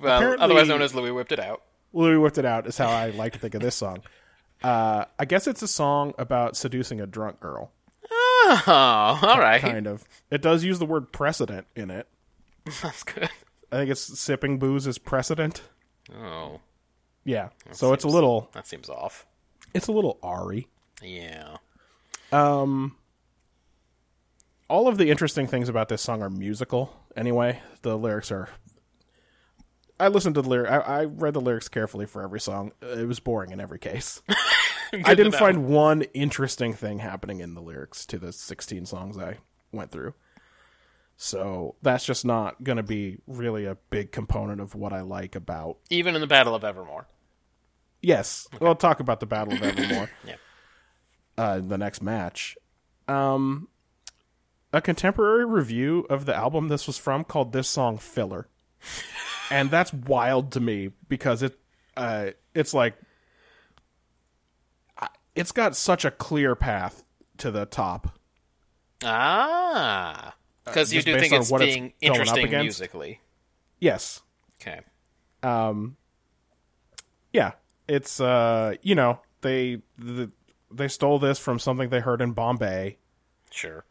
well,
Apparently-
otherwise known as Louis Whipped It Out.
Louis whipped it out is how I like to think of this song. Uh, I guess it's a song about seducing a drunk girl,
Oh, all right.
kind of. It does use the word precedent in it.
That's good.
I think it's sipping booze is precedent.
Oh,
Yeah, so it's a little,
that seems off.
it's a little Ari.
Yeah.
all of the interesting things about this song are musical anyway the lyrics are i listened to the lyric I, I read the lyrics carefully for every song Uh, it was boring in every case i didn't find one interesting thing happening in the lyrics to the 16 songs i went through so that's just not going to be really a big component of what i like about
Even in the Battle of Evermore.
yes we'll talk about the battle of evermore
Yeah.
uh, in the next match um, a contemporary review of the album this was from called this song filler, and that's wild to me because it uh, it's like I- it's got such a clear path to the top.
Ah, because you
Uh, just
do
based
think
on
it's
what it's
being
going up
interesting
against?
musically.
Yes,
Okay.
yeah it's uh you know they the, they stole this from something they heard in bombay
Sure.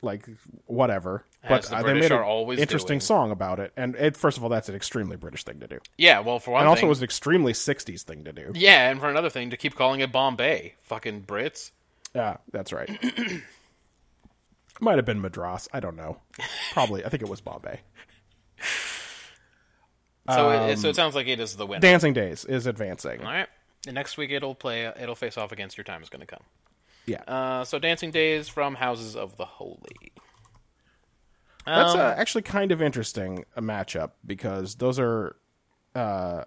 like whatever
As
but
the
uh, they
British
made an
are always
interesting
doing.
song about it and it, first of all that's an extremely british thing to do
Yeah. Well, for one
and also
thing,
it was an extremely 60s thing to do
yeah, and for another thing, to keep calling it Bombay, fucking Brits.
yeah that's right might have been madras i don't know probably i think it was bombay
So, it,
Um,
so it sounds like it is the winner.
dancing days is advancing
All right. And next week it'll play. It'll face off against your time is going to come.
yeah
Uh, so Dancing Days from Houses of the Holy.
That's
um,
uh, actually kind of interesting a matchup because those are uh,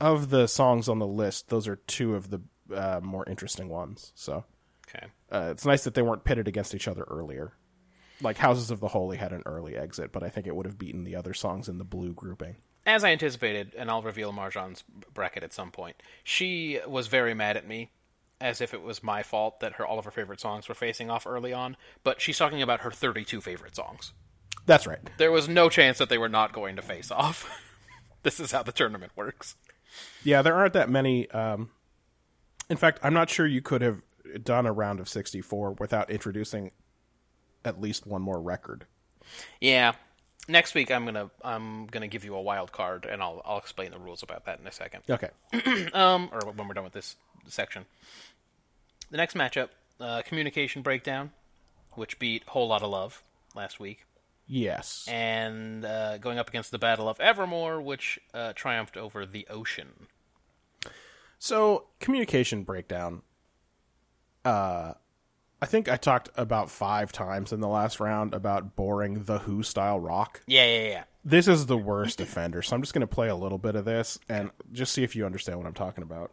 of the songs on the list. Those are two of the uh, more interesting ones. So
Okay.
uh, it's nice that they weren't pitted against each other earlier. Like Houses of the Holy had an early exit, but I think it would have beaten the other songs in the blue grouping.
As I anticipated, and I'll reveal Marjan's bracket at some point. She was very mad at me, as if it was my fault that her all of her favorite songs were facing off early on. But she's talking about her 32 favorite songs.
That's right.
There was no chance that they were not going to face off. this is how the tournament works.
Yeah, there aren't that many. Um, in fact, I'm not sure you could have done a round of 64 without introducing at least one more record.
Yeah. Next week I'm gonna I'm gonna give you a wild card, and I'll I'll explain the rules about that in a second.
Okay.
um, or when we're done with this section. The next matchup, uh, communication breakdown, which beat whole lot of love last week,
Yes.
and uh, going up against the battle of Evermore, which uh, triumphed over the ocean.
So communication breakdown. Uh, I think I talked about five times in the last round about boring the Who style rock.
Yeah, yeah, yeah.
This is the worst offender, so I'm just going to play a little bit of this and just see if you understand what I'm talking about.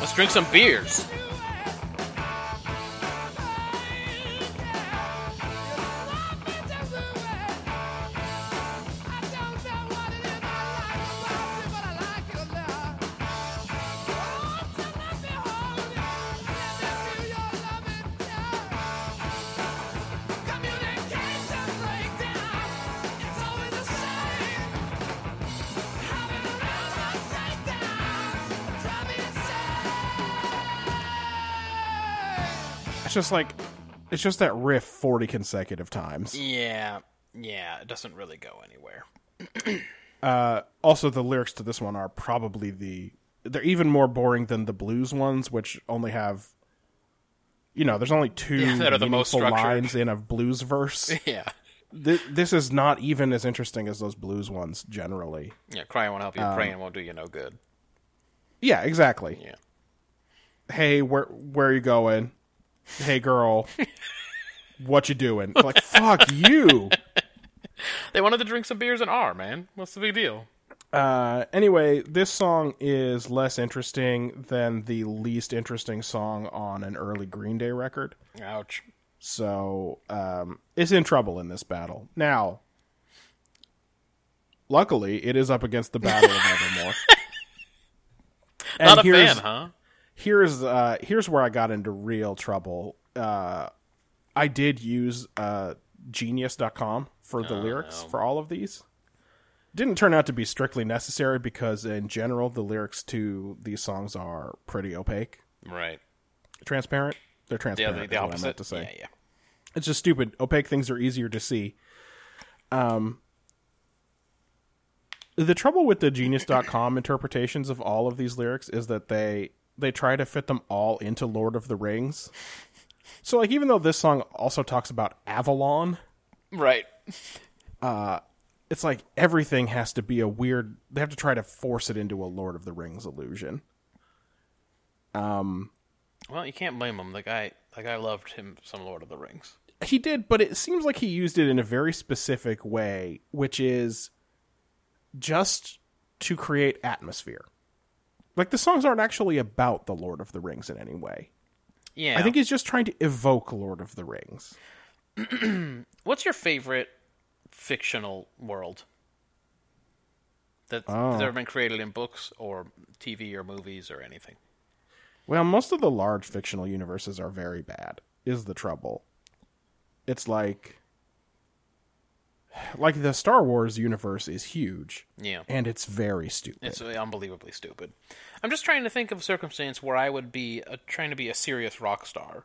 Let's drink some beers.
It's just like it's just that riff 40 consecutive times.
Yeah, yeah. It doesn't really go anywhere.
Also, the lyrics to this one are probably the they're even more boring than the blues ones, which only have you know there's only two
Yeah, that are the most
meaningful
structured.
lines in a blues verse.
Yeah,
Th- this is not even as interesting as those blues ones generally.
yeah. Crying won't help you. praying won't do you no good.
Yeah, exactly.
Yeah.
Hey, where where are you going? Hey, girl, what you doing? Like, fuck you.
They wanted to drink some beers in R, man. What's the big deal?
Uh, anyway, this song is less interesting than the least interesting song on an early Green Day record,
Ouch.
so um, it's in trouble in this battle. Now, luckily, it is up against the Battle of Evermore. And
Not a
here's-
fan, huh?
here's uh here's where I got into real trouble. Uh I did use uh genius.com for
Oh,
the lyrics for all of these. Didn't turn out to be strictly necessary because in general the lyrics to these songs are pretty opaque.
Right.
Transparent? They're
Yeah,
transparent.
the,
is
the
what I
opposite.
meant to say
Yeah, yeah.
it's just stupid. Opaque things are easier to see. Um, the trouble with the genius.com interpretations of all of these lyrics is that they they try to fit them all into Lord of the Rings. So like even though this song also talks about Avalon,
Right.
it's like everything has to be a weird they have to try to force it into a Lord of the Rings illusion.
Well, you can't blame him. The guy, the guy loved him some Lord of the Rings.
He did, but it seems like he used it in a very specific way, which is just to create atmosphere. Like the songs aren't actually about the Lord of the Rings in any way.
Yeah.
I think he's just trying to evoke Lord of the Rings.
What's your favorite fictional world that
Oh.
that's ever been created in books or TV or movies or anything?
Well, most of the large fictional universes are very bad. Is the trouble? It's like like the Star Wars universe is huge.
Yeah.
And it's very stupid.
It's unbelievably stupid. I'm just trying to think of a circumstance where I would be uh trying to be a serious rock star.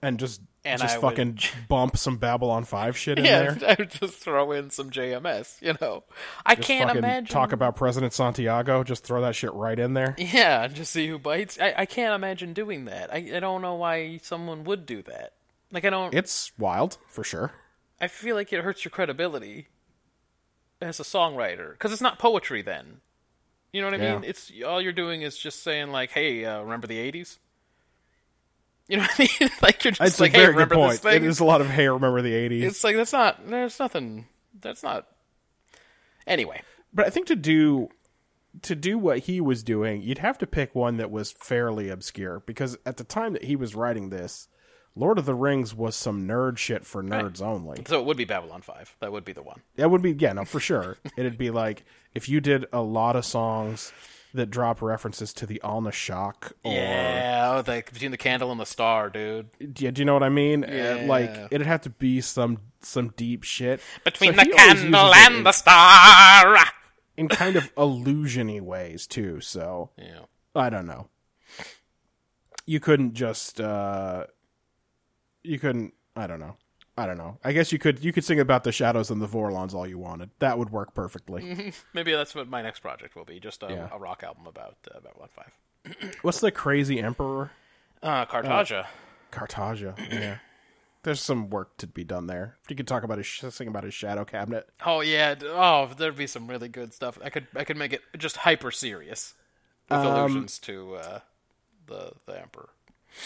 and just
And
just
I would-
fucking bump some Babylon 5 shit in
Yeah,
there.
I would just throw in some JMS, you know. I can't
fucking
imagine
talk about President Santiago, just throw that shit right in there.
Yeah, just see who bites. I, I can't imagine doing that. I, I don't know why someone would do that. Like I don't
It's wild, for sure.
I feel like it hurts your credibility as a songwriter because it's not poetry then. You know what I
Yeah.
mean? It's all you're doing is just saying like, "Hey, uh, remember the '80s?" You know what I mean? like you're just
It's
like,
a
"Hey,
very good
remember this
point. It
thing?"
is a lot of hey, remember the 80s.
It's like that's not. There's nothing. That's not. Anyway,
But I think to do to do what he was doing, you'd have to pick one that was fairly obscure because at the time that he was writing this, Lord of the Rings was some nerd shit for nerds only.
so it would be Babylon Five. That would be the one.
That would be yeah, no, for sure. It'd be like if you did a lot of songs that drop references to the Alna Shock or
Yeah, oh, like between the candle and the star, dude.
do you, do you know what I mean? Uh, like
Yeah.
it'd have to be some some deep shit
Between
So
the
he always
candle
uses it
and the star.
in, in kind of illusiony ways too. So
Yeah.
I don't know. You couldn't just uh you couldn't I don't know. I don't know. I guess you could you could sing about the shadows and the Vorlons all you wanted. That would work perfectly.
Maybe that's what my next project will be, just a,
Yeah.
a rock album about uh, Babylon 5.
What's the crazy emperor?
Uh,
Oh.
Cartaja.
Cartagia. Yeah. There's some work to be done there. You could talk about his sh- sing about his shadow cabinet.
Oh yeah, d- oh there'd be some really good stuff. I could I could make it just hyper serious with
Um,
allusions to uh, the the emperor.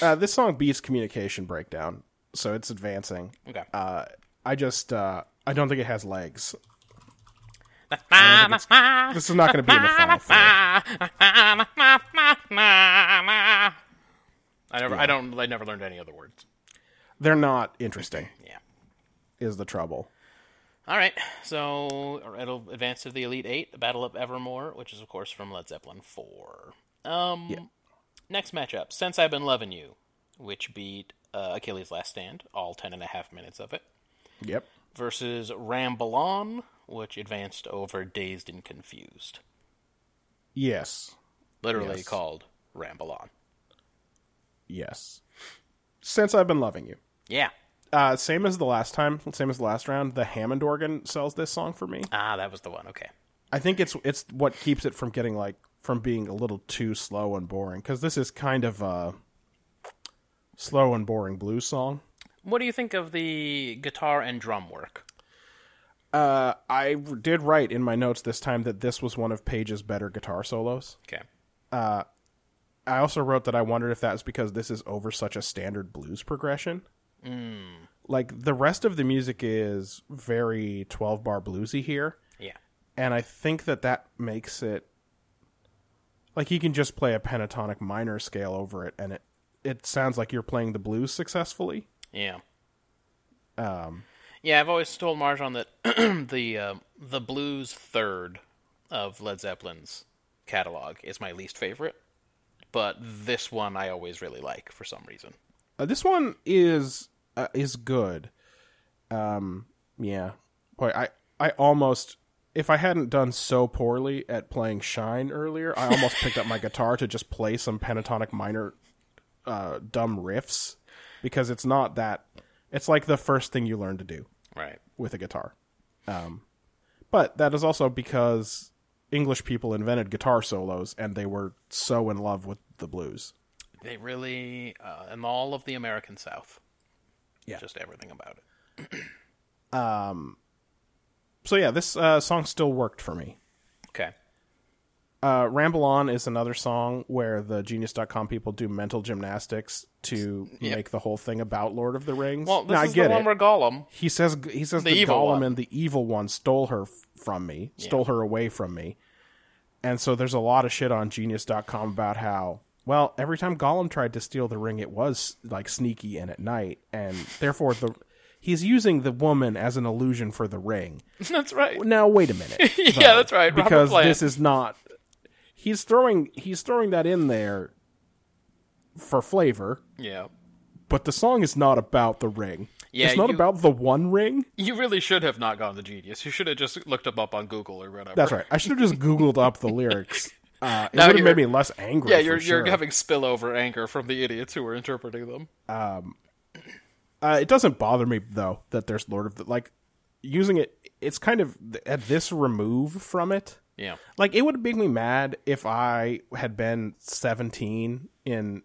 Uh, this song beats communication breakdown, so it's advancing.
Okay.
Uh, I just uh, I don't think it has legs. This is not going to be in the final four.
I never I don't I never learned any other words.
They're not interesting.
Yeah.
Is the trouble?
All right, so it'll advance to the Elite Eight, the Battle of Evermore, which is of course from Led Zeppelin Four. Um, next matchup: Since I've Been Loving You, which beat uh, Achilles' Last Stand, all ten and a half minutes of it,
Yep.
versus Ramble On, which advanced over Dazed and Confused,
Yes.
literally
Yes.
called Ramble On.
Yes. Since I've been loving you.
Yeah,
Uh, same as the last time, same as the last round, the Hammond organ sells this song for me.
ah, that was the one. Okay,
I think it's it's what keeps it from getting like from being a little too slow and boring because this is kind of a slow and boring blues song.
what do you think of the guitar and drum work?
Uh, I did write in my notes this time that this was one of Page's better guitar solos.
Okay,
I also wrote that I wondered if that was because this is over such a standard blues progression. Like the rest of the music is very 12 bar bluesy here,
yeah,
and I think that that makes it like you can just play a pentatonic minor scale over it and it it sounds like you're playing the blues successfully.
Yeah. Um.
Um,
Yeah, I've always told Marjan that the um the blues third of Led Zeppelin's catalog is my least favorite, but this one I always really like for some reason.
Uh, this one is uh, is good. Um, yeah, boy, I I almost if I hadn't done so poorly at playing Shine earlier, I almost picked up my guitar to just play some pentatonic minor, uh, dumb riffs because it's not that. It's like the first thing you learn to do
Right.
with a guitar. Um, but that is also because English people invented guitar solos and they were so in love with the blues.
They really uh, and all of the American South.
Yeah.
Just everything about it.
So yeah, this uh, song still worked for me.
Okay.
Uh, Ramble On is another song where the genius.com people do mental gymnastics to make the whole thing about Lord of the Rings.
Well, this
Now,
is
I get
the one
it.
where Gollum.
He says he says
The
the,
evil
Gollum
one.
and the evil one stole her f- from me, stole her away from me. And so there's a lot of shit on genius.com about how well, every time Gollum tried to steal the ring it was like sneaky and at night and therefore the he's using the woman as an illusion for the ring.
That's right.
Now wait a minute.
Yeah, that's right. Robert
because
Plant.
this is not he's throwing he's throwing that in there for flavor,
yeah.
but the song is not about the ring.
Yeah,
it's not
you-
about the one ring.
You really should have not gone to Genius. You should have just looked up up on Google or whatever.
That's right. I should have just Googled up the lyrics. Uh, it
Now
would have
you're-
made me less angry.
Yeah,
for
you're
sure.
you're having spillover anger from the idiots who were interpreting them.
Uh, it doesn't bother me though that there's Lord of the like using it. It's kind of th- at this remove from it.
Yeah.
Like it would make me mad if I had been 17 in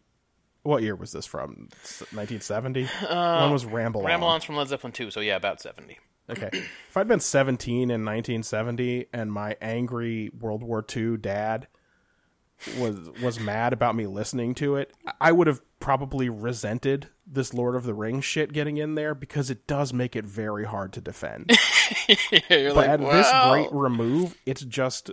what year was this from? S- 1970. when was Ramble On?
Uh, Ramble On's from Led Zeppelin 2, so yeah, about 70.
Okay. If I'd been 17 in 1970 and my angry World War II dad was was mad about me listening to it, I would have probably resented this Lord of the Rings shit getting in there because it does make it very hard to defend.
Yeah, you're
but
like,
at this
"Wow."
great remove, it's just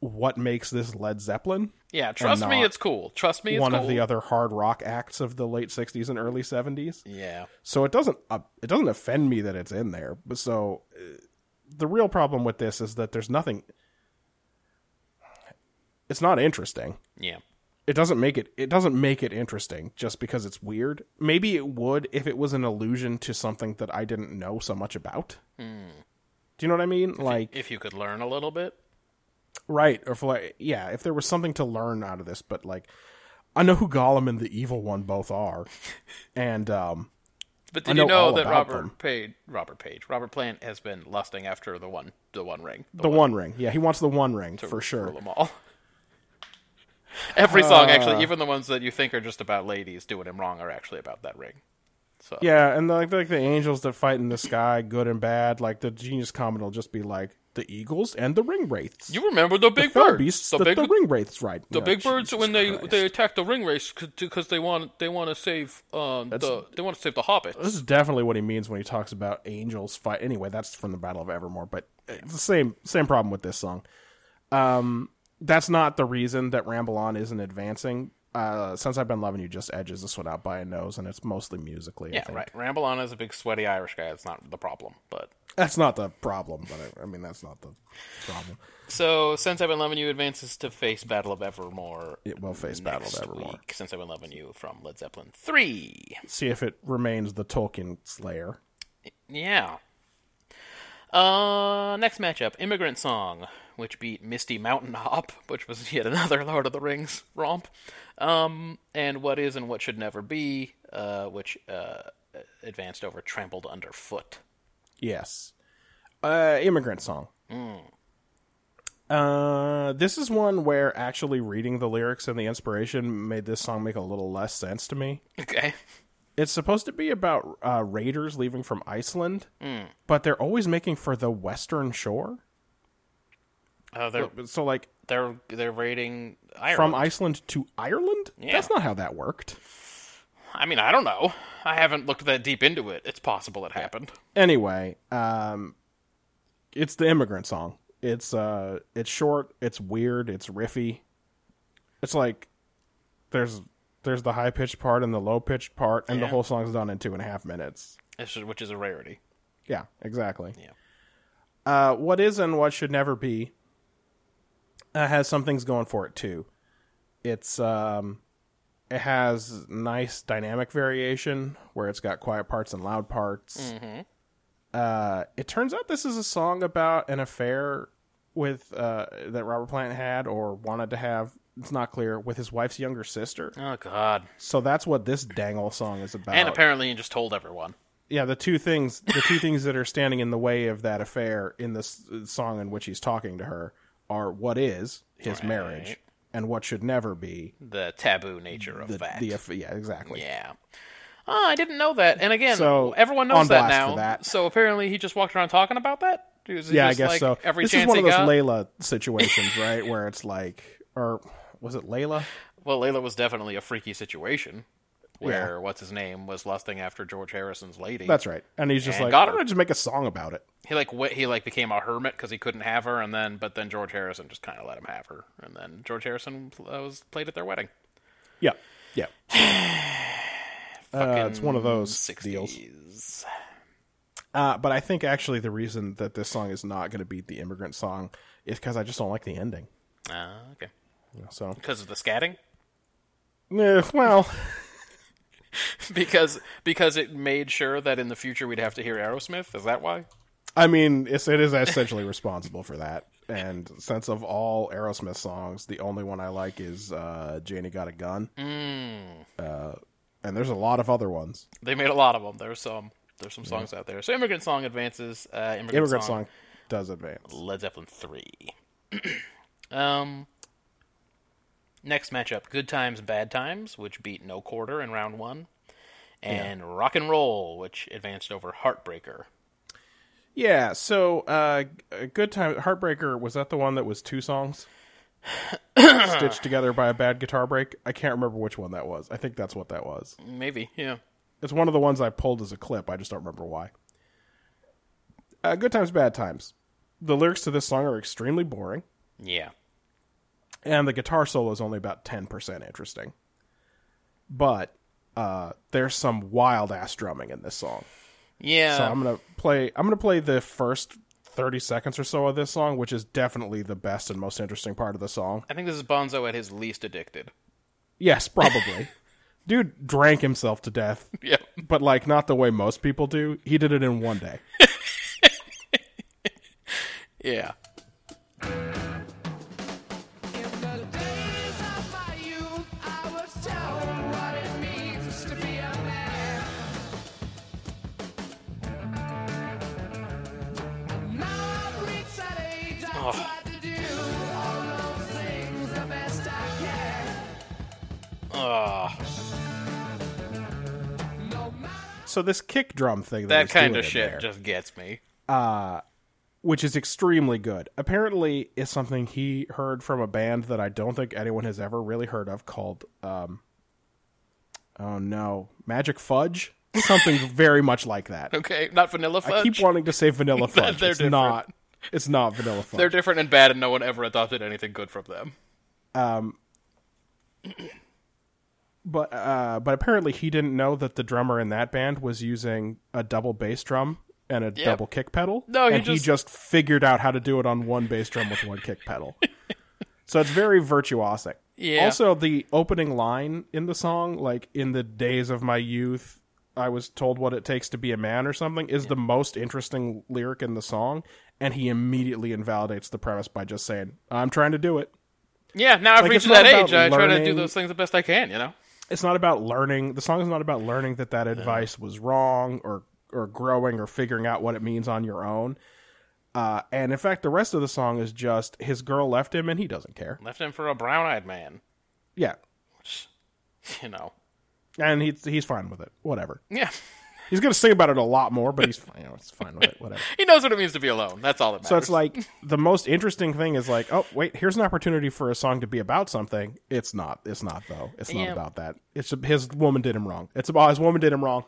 what makes this Led Zeppelin
Yeah, trust me,
not
it's cool. Trust me, it's
one
cool.
of the other hard rock acts of the late 60s and early 70s.
Yeah.
So it doesn't uh, it doesn't offend me that it's in there. But so uh, the real problem with this is that there's nothing. It's not interesting.
Yeah.
It doesn't make it it doesn't make it interesting just because it's weird. Maybe it would if it was an allusion to something that I didn't know so much about. Do you know what I mean? Like
Hmm. If you could learn a little bit.
right or if like yeah, if there was something to learn out of this, but like I know who Gollum and the evil one both are, and um,
But
I
did
know
you know
all
that
about them.
Robert Page, Robert Page, Robert Plant has been lusting after the one, the one ring,
the One Ring. Yeah, he wants the One Ring for sure.
rule them all. Every song,
Uh.
actually, even the ones that you think are just about ladies doing him wrong, are actually about that ring. So
Yeah, and like like the angels that fight in the sky, good and bad. Like the genius comet will just be like the eagles and the ring wraiths.
you remember the
the
big
fell
birds,
beasts
the
that
big,
the ring wraiths ride.
the big birds when they they attack the ring race because they want they want to save um the they want to save the hobbits.
This is definitely what he means when he talks about angels fight. Anyway, that's from the Battle of Evermore, but it's the same same problem with this song. Um, that's not the reason that Ramble On isn't advancing. Uh, since I've been loving you, just edges this one out by a nose, and it's mostly musically. I
Yeah,
think.
right. Ramble on is a big sweaty Irish guy. That's not the problem, but.
That's not the problem, but I, I mean that's not the problem.
So, since I've been loving you, advances to face Battle of Evermore.
It will face Battle
next
of Evermore.
Week, since I've been loving you from Led Zeppelin three.
see if it remains the Tolkien Slayer.
Yeah. Uh, next matchup, Immigrant Song, which beat Misty Mountain Hop, which was yet another Lord of the Rings romp. Um, and What Is and What Should Never Be, uh, which uh, advanced over Trampled Underfoot.
Yes, uh, immigrant song. Uh, this is one where actually reading the lyrics and the inspiration made this song make a little less sense to me.
Okay.
It's supposed to be about uh, raiders leaving from Iceland, but they're always making for the western shore.
Uh, they're
So, like
they're they're raiding Ireland.
from Iceland to Ireland,
Yeah.
that's not how that worked.
I mean, I don't know. I haven't looked that deep into it. It's possible it happened.
anyway, um, it's the immigrant song. It's uh, it's short, it's weird, it's riffy. It's like there's there's the high pitched part and the low pitched part, and the
Yeah.
whole song's done in two and a half minutes.
It's just- which is a rarity.
Yeah, exactly.
Yeah.
Uh, what is and what should never be uh, has some things going for it too. It's um, it has nice dynamic variation where it's got quiet parts and loud parts.
Mm-hmm.
Uh, it turns out this is a song about an affair with uh, that Robert Plant had or wanted to have. It's not clear with his wife's younger sister.
Oh God. Uh,
So that's what this dangle song is about.
And apparently, you just told everyone.
yeah, the two things the two things that are standing in the way of that affair in this uh, song in which he's talking to her are what is his marriage and what should never be
the taboo nature of
the,
that.
the aff- yeah exactly
yeah. Oh, I didn't know that. And again,
So,
everyone
on
knows that
blast for
now.
that.
So apparently he just walked around talking about that? Is it
yeah, I
just,
guess
like,
so.
Every
this
chance
is one
he
of those
got?
Layla situations, right? Where it's like, or was it Layla?
Well, Layla was definitely a freaky situation where what's his name was lusting after George Harrison's lady.
That's right. And he's just
And
like,
got
I'm
her.
gonna just make a song about it.
he like went, he like became a hermit because he couldn't have her, and then but then George Harrison just kind of let him have her, and then George Harrison uh, was played at their wedding.
Yeah, yeah. Uh, it's one of those
60s.
deals. Uh, but I think actually the reason that this song is not going to beat the immigrant song is because I just don't like the ending.
Ah, okay,
So,
because of the scatting,
Eh, well,
because because it made sure that in the future we'd have to hear Aerosmith. Is that why?
I mean, it's, it is essentially responsible for that. And since of all Aerosmith songs, the only one I like is uh, "Janie Got a Gun," uh, and there's a lot of other ones.
They made a lot of them. There's some there's some songs out there. So immigrant song advances. Uh, immigrant,
Immigrant
song.
song does advance.
Led Zeppelin three. um, next matchup: Good Times, Bad Times, which beat No Quarter in round one, and Rock and Roll, which advanced over Heartbreaker.
Yeah. So, uh, a good time. Heartbreaker was that the one that was two songs stitched together by a bad guitar break? I can't remember which one that was. I think that's what that was.
Maybe, yeah.
It's one of the ones I pulled as a clip. I just don't remember why. Uh, good times, bad times. The lyrics to this song are extremely boring,
Yeah.
and the guitar solo is only about ten percent interesting. But uh, there's some wild ass drumming in this song.
Yeah.
So I'm gonna play. I'm gonna play the first thirty seconds or so of this song, which is definitely the best and most interesting part of the song.
I think this is Bonzo at his least addicted.
Yes, probably. Dude drank himself to death,
Yeah.
but like not the way most people do. He did it in one day.
Yeah.
In the days of my youth, I was told what it means to be a man. And now I've reached that age, I
Oh.
tried to do all those things the best I can.
Ah,
No matter
So this kick drum thing that,
that
he's
kind
doing
of
in
shit
there,
just gets me.
which is extremely good. Apparently, is something he heard from a band that I don't think anyone has ever really heard of called um oh no, Magic Fudge, something very much like that.
Okay, not Vanilla Fudge.
I keep wanting to say Vanilla Fudge.
they're
it's
different.
not it's not Vanilla Fudge.
They're different and bad, and no one ever adopted anything good from them.
but uh, but apparently he didn't know that the drummer in that band was using a double bass drum and a double kick pedal.
No, he
and he
just-
just figured out how to do it on one bass drum with one kick pedal. So it's very virtuosic.
Yeah.
Also, the opening line in the song, like in the days of my youth, I was told what it takes to be a man or something, is the most interesting lyric in the song. And he immediately invalidates the premise by just saying, "I'm trying to do it."
Yeah, now I've
Like, it's
reached
not
that
about
age. I try to do
learning-
those things the best I can, you know?
it's not about learning the song is not about learning that that advice was wrong or or growing or figuring out what it means on your own uh, and in fact the rest of the song is just his girl left him and he doesn't care
Left him for a brown eyed man,
yeah
you know?
and he's he's fine with it whatever
Yeah.
he's gonna sing about it a lot more but he's you know, it's fine with it whatever
He knows what it means to be alone. That's all that matters.
so it's like the most interesting thing is like oh wait here's an opportunity for a song to be about something it's not it's not though it's not
Yeah.
about that it's his woman did him wrong it's about his woman did him wrong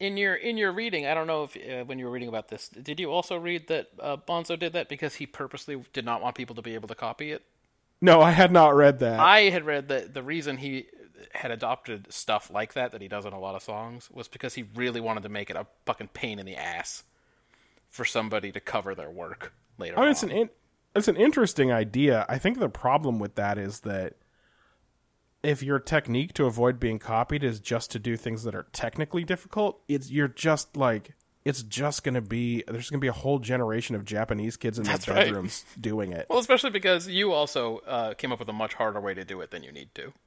in your in your reading, I don't know if uh, when you were reading about this, did you also read that uh, Bonzo did that because he purposely did not want people to be able to copy it?
no i had not read that
I had read that the reason he had adopted stuff like that that he does in a lot of songs was because he really wanted to make it a fucking pain in the ass for somebody to cover their work later.
I mean,
on.
it's an in, it's an interesting idea. I think the problem with that is that if your technique to avoid being copied is just to do things that are technically difficult, it's you're just like it's just going to be there's going to be a whole generation of Japanese kids in their
That's right.
bedrooms doing it.
Well, especially because you also uh, came up with a much harder way to do it than you need to.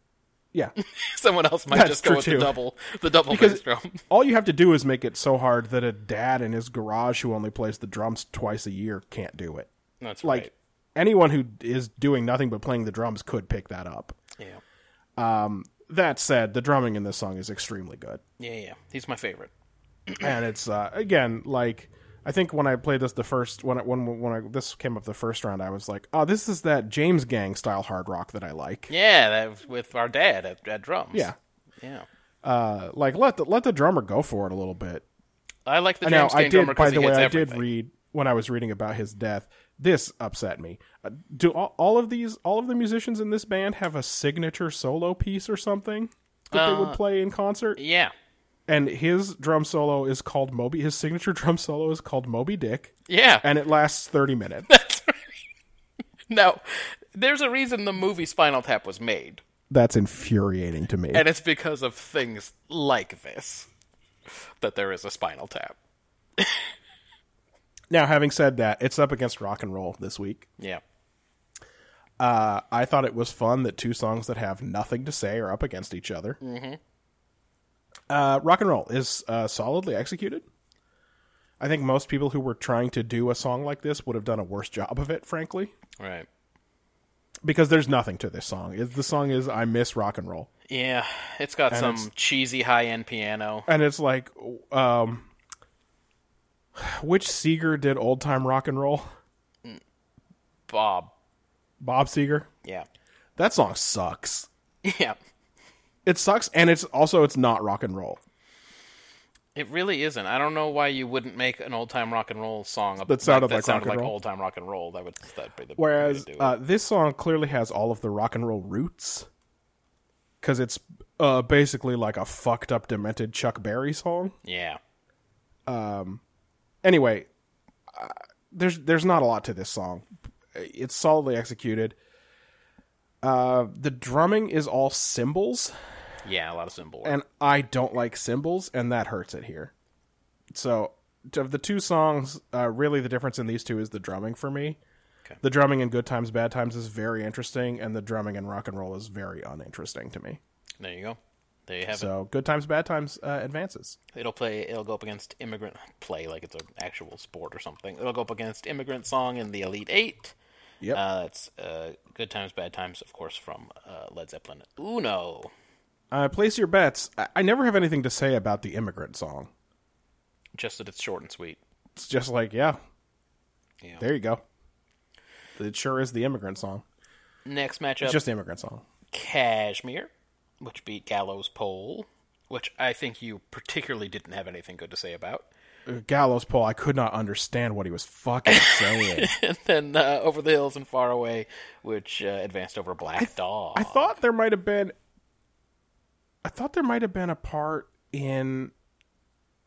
Yeah.
Someone else might
That's
just go
true,
with
too.
the double, the double bass
Because
drum.
all you have to do is make it so hard that a dad in his garage who only plays the drums twice a year can't do it.
That's
Like
right.
anyone who is doing nothing but playing the drums could pick that up.
Yeah,
That said, the drumming in this song is extremely good.
yeah, yeah. He's my favorite.
and it's uh, again like I think when I played this the first when I, when when I, this came up the first round, I was like, oh, this is that James Gang style hard rock that I like.
Yeah, that was with our dad at, at drums.
Yeah.
yeah.
Uh, like let the let the drummer go for it a little bit.
I like the
now
James
I
Dean drummer
did. By
because he
the way,
hits
I
everything.
did read when I was reading about his death. This upset me. Uh, do all, all of these all of the musicians in this band have a signature solo piece or something that they
Uh,
would play in concert?
yeah,
And his drum solo is called Moby. His signature drum solo is called Moby Dick,
yeah.
and it lasts thirty minutes.
no, there's a reason the movie Spinal Tap was made,
That's infuriating to me.
and it's because of things like this that there is a Spinal Tap.
Now, having said that, it's up against rock and roll this week.
Yeah.
Uh, I thought it was fun that two songs that have nothing to say are up against each other. Mm-hmm. Uh, rock and roll is uh, solidly executed. I think most people who were trying to do a song like this would have done a worse job of it, frankly,
Right.
because there's nothing to this song. It, the song is "I Miss Rock and Roll,"
Yeah, it's got some
it's-
cheesy high-end piano.
and it's like, um, which Seeger did old time rock and roll?
Bob.
Bob Seeger.
Yeah.
That song sucks.
Yeah.
It sucks, and it's also it's not rock and roll.
It really isn't. I don't know why you wouldn't make an old-time rock and roll song ab-
That sounded
that
like rock
sounded
and
like
roll.
old-time rock and roll. That would that'd be the
Whereas
way to do it.
uh, this song clearly has all of the rock and roll roots, because it's uh, basically like a fucked up, demented Chuck Berry song.
yeah.
Anyway, uh, there's there's not a lot to this song. It's solidly executed. Uh, the drumming is all cymbals,
Yeah, a lot of symbol work.
and I don't like cymbals, and that hurts it here. So, of the two songs, uh, really the difference in these two is the drumming for me.
Okay.
The drumming in Good Times, Bad Times is very interesting, and the drumming in Rock and Roll is very uninteresting to me.
There you go. There you have
So, Good Times, Bad Times uh, advances.
it. It'll play. It'll go up against immigrant play like it's an actual sport or something. It'll go up against immigrant song in the Elite Eight.
Yep.
Uh, that's uh, good times, bad times, of course, from uh, Led Zeppelin. Uno.
Uh, place your bets. I-, I never have anything to say about the immigrant song.
Just that it's short and sweet.
It's just like, yeah,
Yeah.
there you go. It sure is the immigrant song.
Next matchup.
It's just the immigrant song.
Kashmir, which beat Gallows Pole, which I think you particularly didn't have anything good to say about.
Uh, Gallows Pole, I could not understand what he was fucking saying.
And then uh, Over the Hills and Far Away, which uh, advanced over Black Dog.
I thought there might have been. I thought there might have been a part in,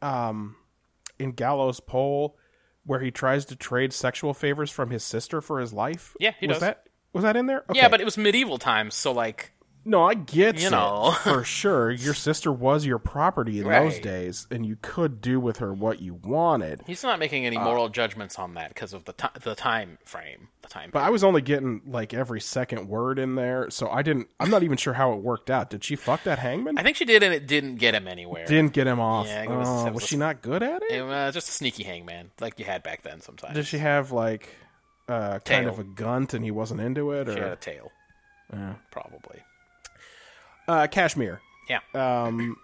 um, in Gallows Pole where he tries to trade sexual favors from his sister for his life.
Yeah, he
was
does.
that was that in there? Okay.
yeah, but it was medieval times, so like,
no, I get
You know.
for sure. Your sister was your property in those
Right.
days, and you could do with her what you wanted.
he's not making
Uh.
any moral judgments on that because of the ti- the time frame, the time.
But I was only getting like every second word in there, so I didn't. I'm not even sure how it worked out. Did she fuck that hangman?
I think she did, and it didn't get him anywhere.
didn't get him off.
Yeah, I think it was-
Oh,
it
was
was-
she not good at it?
It was just a sneaky hangman, like you had back then. Sometimes
Does she have like uh, kind
Tail.
of a gunt and he wasn't into it,
She had a
or
tail, probably.
uh, Kashmir?
Yeah.
Um,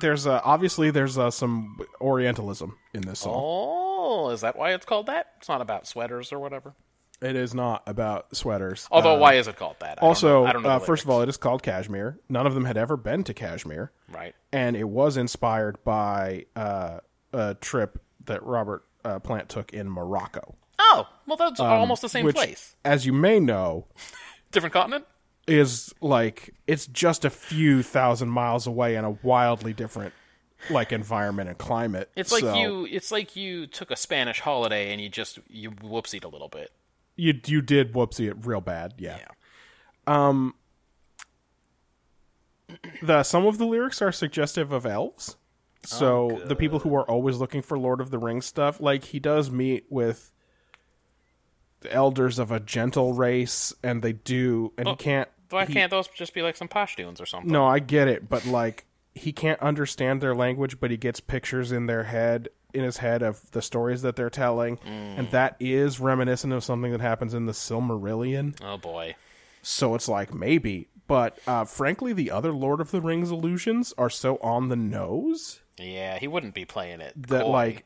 there's uh, obviously there's uh, some Orientalism in this song.
oh, is that why it's called that? It's not about sweaters or whatever.
It is not about sweaters.
Although,
Uh,
why is it called that? I don't
also,
Oh, know- I don't know
uh,
the
first of all,
lyrics.
it is called Kashmir. None of them had ever been to Kashmir,
right?
and it was inspired by uh, a trip that Robert uh, Plant took in Morocco,
Oh, well, that's almost the same
um, which,
place,
as you may know,
different continent.
is like it's just a few thousand miles away in a wildly different like environment and climate.
It's
So
like you. It's like you took a Spanish holiday and you just you whoopsied a little bit.
you you did whoopsie it real bad. Yeah. Um, The some of the lyrics are suggestive of
Oh,
elves. So the people who are always looking for Lord of the Rings stuff, like he does meet with the elders of a gentle race and they do
Oh.
and he can't
Why
he-
can't those just be like some Pashtuns or something?
No, I get it, but like he can't understand their language, but he gets pictures in their head in his head of the stories that they're telling, and that is reminiscent of something that happens in the Silmarillion.
Oh boy.
So it's like maybe, but uh, frankly, the other Lord of the Rings illusions are so on the nose
Yeah, he wouldn't be playing it.
that
coy.
like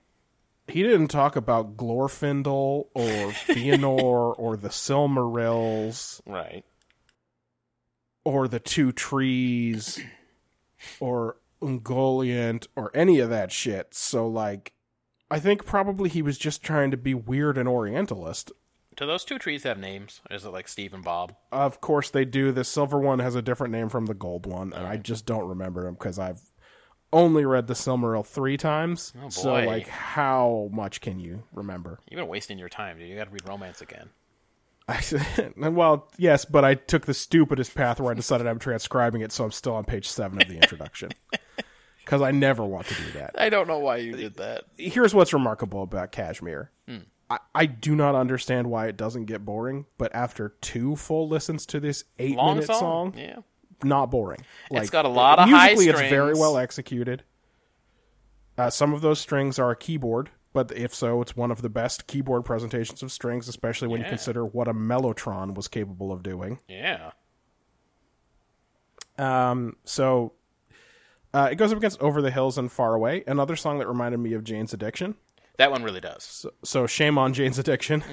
He didn't talk about Glorfindel or Fëanor or the Silmarils
Right.
or the Two Trees or Ungoliant or any of that shit. So like, I think probably he was just trying to be weird and Orientalist.
Do those two trees have names? Or is it like Steve and Bob?
Of course they do. The silver one has a different name from the gold one, and I just don't remember them because I've only read the Silmaril three times. So
boy.
like, how much can you remember?
You've been wasting your time, dude. You got to read romance again.
I said- well, yes, but I took the stupidest path where I decided I'm transcribing it, so I'm still on page seven of the introduction. Because I never want to do that.
I don't know why you did that.
Here's what's remarkable about Kashmir.
Hmm.
I, I do not understand why it doesn't get boring, but after two full listens to this eight
Long
minute
song?
song,
Yeah.
not boring. Like,
got a lot of high
musically, it's very
strings.
well executed. Uh, some of those strings are a keyboard, but if so, it's one of the best keyboard presentations of strings, especially when you
Yeah.
consider what a mellotron was capable of doing.
Yeah.
So uh, it goes up against "Over the Hills and Far Away," another song that reminded me of Jane's Addiction.
That one really does.
So, so shame on Jane's Addiction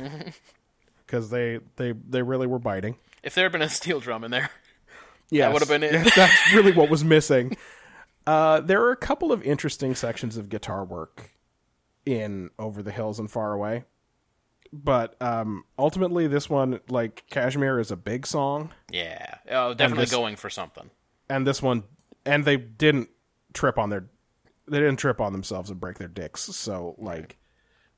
because they they they really were biting.
If there had been a steel drum in there,
Yeah,
would've been it.
that's really what was missing. Uh, there are a couple of interesting sections of guitar work in "Over the Hills and Far Away," but um, ultimately, this one, like "Kashmir," is a big song,
yeah. Oh, definitely
this-
going for something.
and this one, and they didn't trip on their, they didn't trip on themselves and break their dicks. So, like,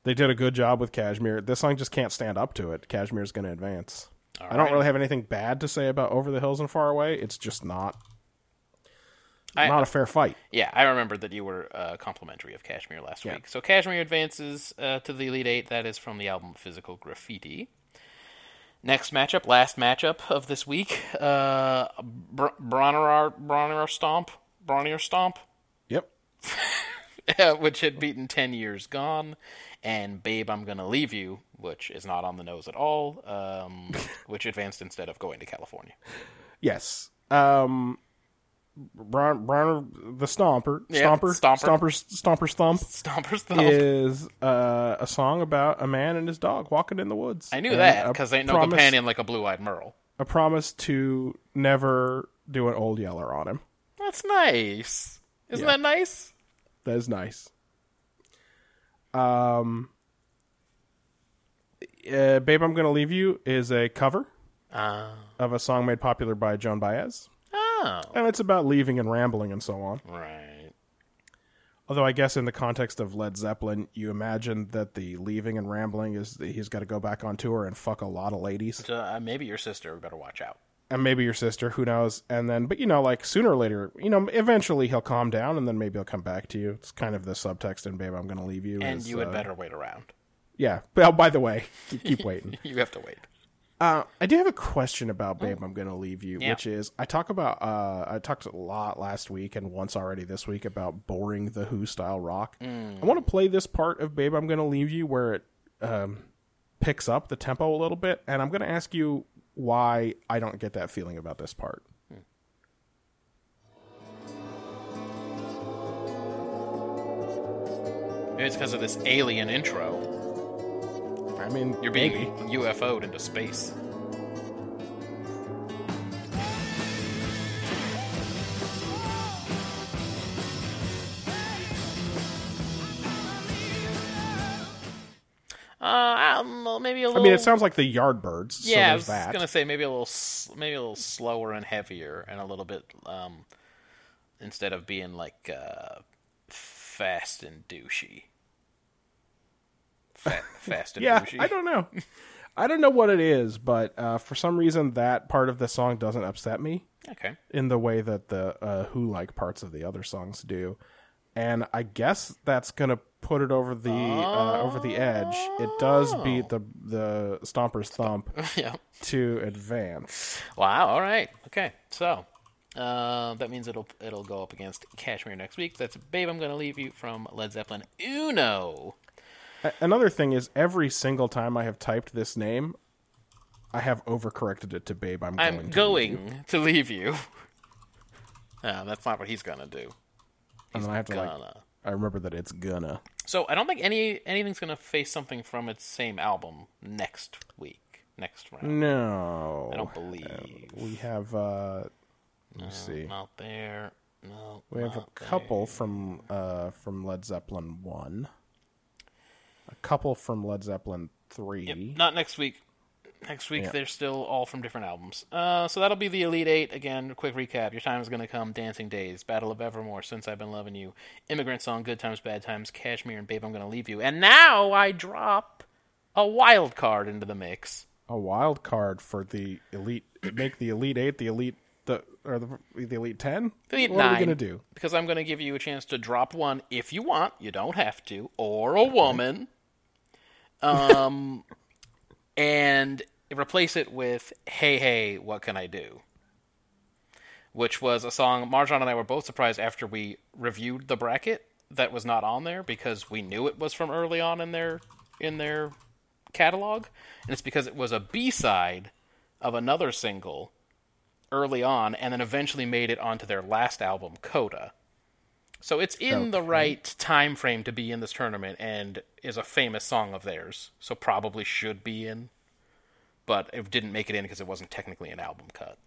they did a good job with "Kashmir." This song just can't stand up to it. "Kashmir's going to advance. I don't
right.
really have anything bad to say about "Over the Hills and Far Away." It's just not
I-
not a fair fight.
Yeah, I remember that you were uh, complimentary of Kashmir last week. So Kashmir advances uh, to the Elite Eight. That is from the album Physical Graffiti. Next matchup, last matchup of this week, uh, Br- Bronnerar, Bronnerar Stomp, Bronnerar Stomp,
Yep.
which had beaten 10 Years Gone, and Babe, I'm Gonna Leave You, which is not on the nose at all, um, which advanced instead of going to California.
Yes. Um Bron, Bron the Stomper,
Yeah,
Stomper,
Stomper.
Stomper, Stomper Stomp
Stomper Stomp.
is uh, a song about a man and his dog walking in the woods.
I knew
And
that,
a
because ain't no
promise-
companion like a blue-eyed Merle.
A promise to never do an old yeller on him.
That's nice. Isn't
Yeah.
that nice?
That is nice. Um, uh, Babe, I'm Gonna Leave You is a cover
Ah.
of a song made popular by Joan Baez.
Oh.
And it's about leaving and rambling and so on.
Right.
Although I guess in the context of Led Zeppelin, you imagine that the leaving and rambling is that he's got to go back on tour and fuck a lot of ladies,
So, uh, maybe your sister would better watch out.
and maybe your sister, who knows? And then, but you know, like sooner or later, you know, eventually he'll calm down, and then maybe he'll come back to you. It's kind of the subtext in "Babe, I'm going to leave you."
And
is,
you had
uh,
better wait around.
yeah. Well, by the way, keep- keep waiting.
You have to wait.
Uh, I do have a question about "Babe, I'm Gonna Leave You,"
Yeah.
which is I talk about. Uh, I talked a lot last week and once already this week about boring the Who style rock.
Mm.
I want to play this part of "Babe, I'm Gonna Leave You" where it um, picks up the tempo a little bit, and I'm gonna ask you why I don't get that feeling about this part.
Maybe it's because of this alien intro.
I mean,
You're being
maybe.
UFO'd into space. Uh, um, maybe a
I
little.
mean, it sounds like the Yardbirds.
yeah, I
so there's
was
that.
gonna say maybe a little, s- maybe a little slower and heavier, and a little bit um, instead of being like uh, fast and douchey. Fat, fast and
yeah,
douchey.
I don't know. I don't know what it is, but uh, for some reason that part of the song doesn't upset me.
Okay.
in the way that the uh, Who like parts of the other songs do, and I guess that's gonna put it over the uh, over the edge. It does
Oh.
beat the the Stomper's Thump
yeah.
to advance.
Wow. All right. Okay. So uh, that means it'll it'll go up against Cashmere next week. That's "Babe, I'm Gonna Leave You" from Led Zeppelin. Uno.
A- Another thing is every single time I have typed this name, I have overcorrected it to Babe. I'm going.
I'm
to
going to leave you. Uh, that's not what he's gonna do.
and then I have to like.
Gonna.
I remember that it's gonna.
So I don't think any anything's gonna face something from its same album next week, next round.
No.
I don't believe.
We have uh let me see.
Not there. No.
We have a
not there.
couple from uh from Led Zeppelin 1. A couple from Led Zeppelin 3.
Yep, not next week. Next week
Yeah.
they're still all from different albums. Uh, so that'll be the Elite Eight again. Quick recap: Your time is gonna come. Dancing Days, Battle of Evermore, Since I've Been Loving You, Immigrant Song, Good Times, Bad Times, Cashmere, and Babe I'm Gonna Leave You. And now I drop a wild card into the mix.
A wild card for the elite make the elite 8, the elite the or the, the elite 10?
Elite
what are we
Nine.
going to do?
Because I'm going to give you a chance to drop one if you want. You don't have to, or a woman. Um, and replace it with "Hey Hey, What Can I Do," which was a song Marjan and I were both surprised after we reviewed the bracket that was not on there because we knew it was from early on in their in their catalog, and it's because it was a B side of another single early on and then eventually made it onto their last album coda so it's in the right time frame to be in this tournament and is a famous song of theirs so probably should be in but it didn't make it in because it wasn't technically an album cut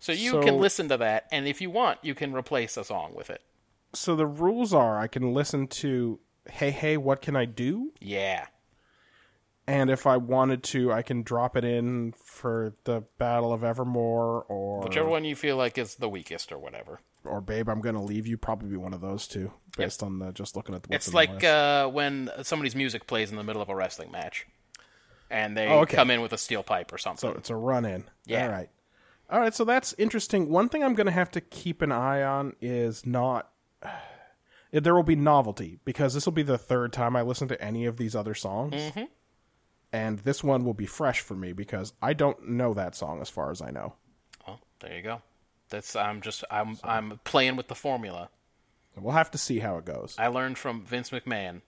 so you
So-
can listen to that and if you want you can replace a song with it
So the rules are I can listen to Hey Hey, what can I do?
yeah
And if I wanted to, I can drop it in for the Battle of Evermore or
whichever one you feel like is the weakest or whatever
or Babe, I'm gonna leave you. Probably be one of those two, based on the just looking at the. what's in
It's
the
like
list.
uh, when somebody's music plays in the middle of a wrestling match, and they
Oh, okay.
come in with a steel pipe or something.
so it's a run in.
Yeah.
All right. All right. So that's interesting. One thing I'm gonna have to keep an eye on is not. There will be novelty because this will be the third time I listen to any of these other songs,
Mm-hmm.
and this one will be fresh for me because I don't know that song as far as I know.
Well, there you go. That's I'm just I'm I'm playing with the formula.
We'll have to see how it goes.
I learned from Vince McMahon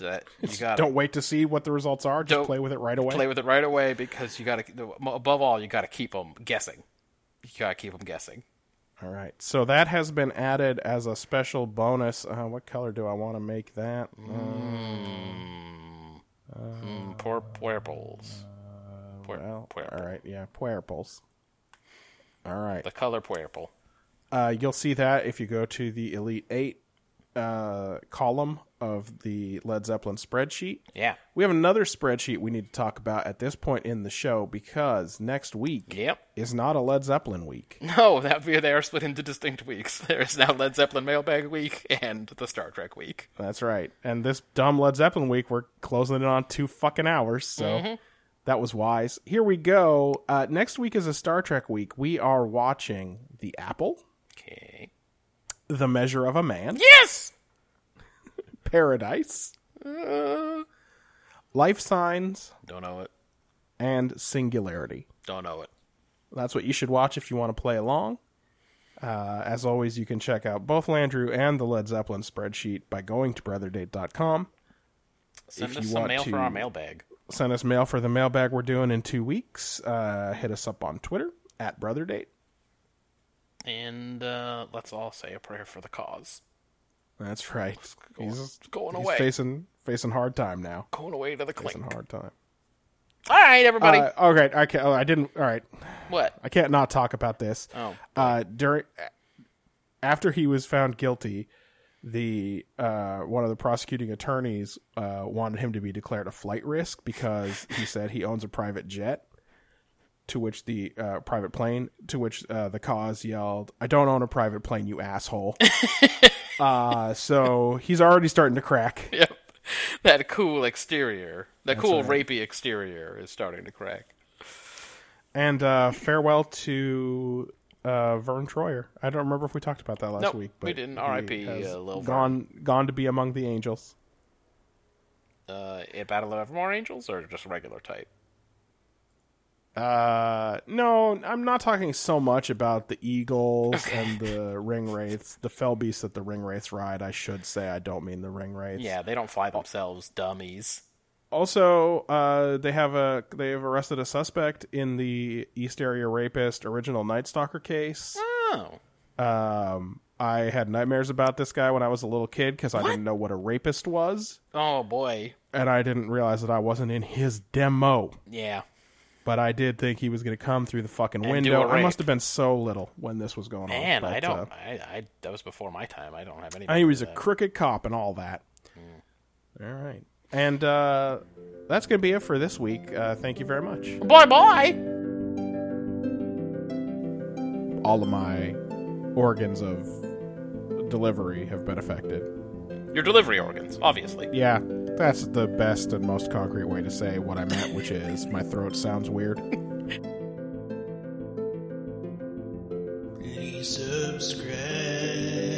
that you got
Don't wait to see what the results are. Just
Don't
play with it right away.
play with it right away because you got to above all you got to keep them guessing. You got to keep them guessing.
All right. So that has been added as a special bonus. Uh, what color do I want to make that?
Mm-hmm.
Uh,
Mm, poor puerples. Puer,
Uh, Well,
puerple.
all right. Yeah, purples. All right.
The color puerple.
Uh, you'll see that if you go to the Elite Eight uh, column of the Led Zeppelin spreadsheet.
Yeah.
We have another spreadsheet we need to talk about at this point in the show because next week
Yep.
is not a Led Zeppelin week.
No, that we they are split into distinct weeks. There is now Led Zeppelin Mailbag Week and the Star Trek Week.
That's right. And this dumb Led Zeppelin week, we're closing it on two fucking hours. So that was wise. Here we go. Uh, next week is a Star Trek week. We are watching The Apple,
Okay.
The Measure of a Man,
Yes.
Paradise, uh, Life Signs,
Don't know it.
and Singularity.
Don't know it.
That's what you should watch if you want to play along. Uh, as always, you can check out both Landrew and the Led Zeppelin spreadsheet by going to brotherdate.com.
Send
If
us
you
some
want
mail for our
to-
mailbag.
send us mail for the mailbag we're doing in two weeks. Uh, hit us up on Twitter at Brother Date.
And uh, let's all say a prayer for the cause.
That's right. He's
Going
he's
away.
facing facing hard time now.
Going away to the
Facing
clink.
hard time.
All right, everybody.
Uh, all right, I can't. Oh, I didn't. All right,
what?
I can't not talk about this.
Oh.
uh, during after he was found guilty, the uh, one of the prosecuting attorneys uh, wanted him to be declared a flight risk because he said he owns a private jet. To which the uh, private plane, to which uh, the cause yelled, "I don't own a private plane, you asshole!" uh, so he's already starting to crack.
Yep. That cool exterior. That cool rapey exterior is starting to crack.
And uh, farewell to uh, Vern Troyer. I don't remember if we talked about that last
Nope,
week.
we didn't. R.I.P.,
he has
uh, Lil Vern.
gone, gone to be among the angels.
Uh, at Battle of Evermore Angels or just regular type?
Uh, no, I'm not talking so much about the eagles and the ring wraiths, the fell beasts that the ring wraiths ride. I should say I don't mean the ring wraiths.
Yeah, they don't fly themselves, dummies.
Also, uh, they have a they have arrested a suspect in the East Area Rapist original Night Stalker case.
Oh.
Um, I had nightmares about this guy when I was a little kid because I didn't know what a rapist was,
Oh boy.
and I didn't realize that I wasn't in his demo.
Yeah.
But I did think he was going to come through the fucking
And do
window.
a
I must
rape.
have been so little when this was going on.
Man,
but,
I
uh,
don't. I, I that was before my time. I don't have any.
And he was a
memory of
crooked cop and all that.
Hmm.
All right. And uh, that's going to be it for this week. Uh, thank you very much.
that. Bye bye.
All of my organs of delivery have been affected.
Your delivery organs, obviously.
Yeah, that's the best and most concrete way to say what I meant, which is my throat sounds weird.
Please subscribe.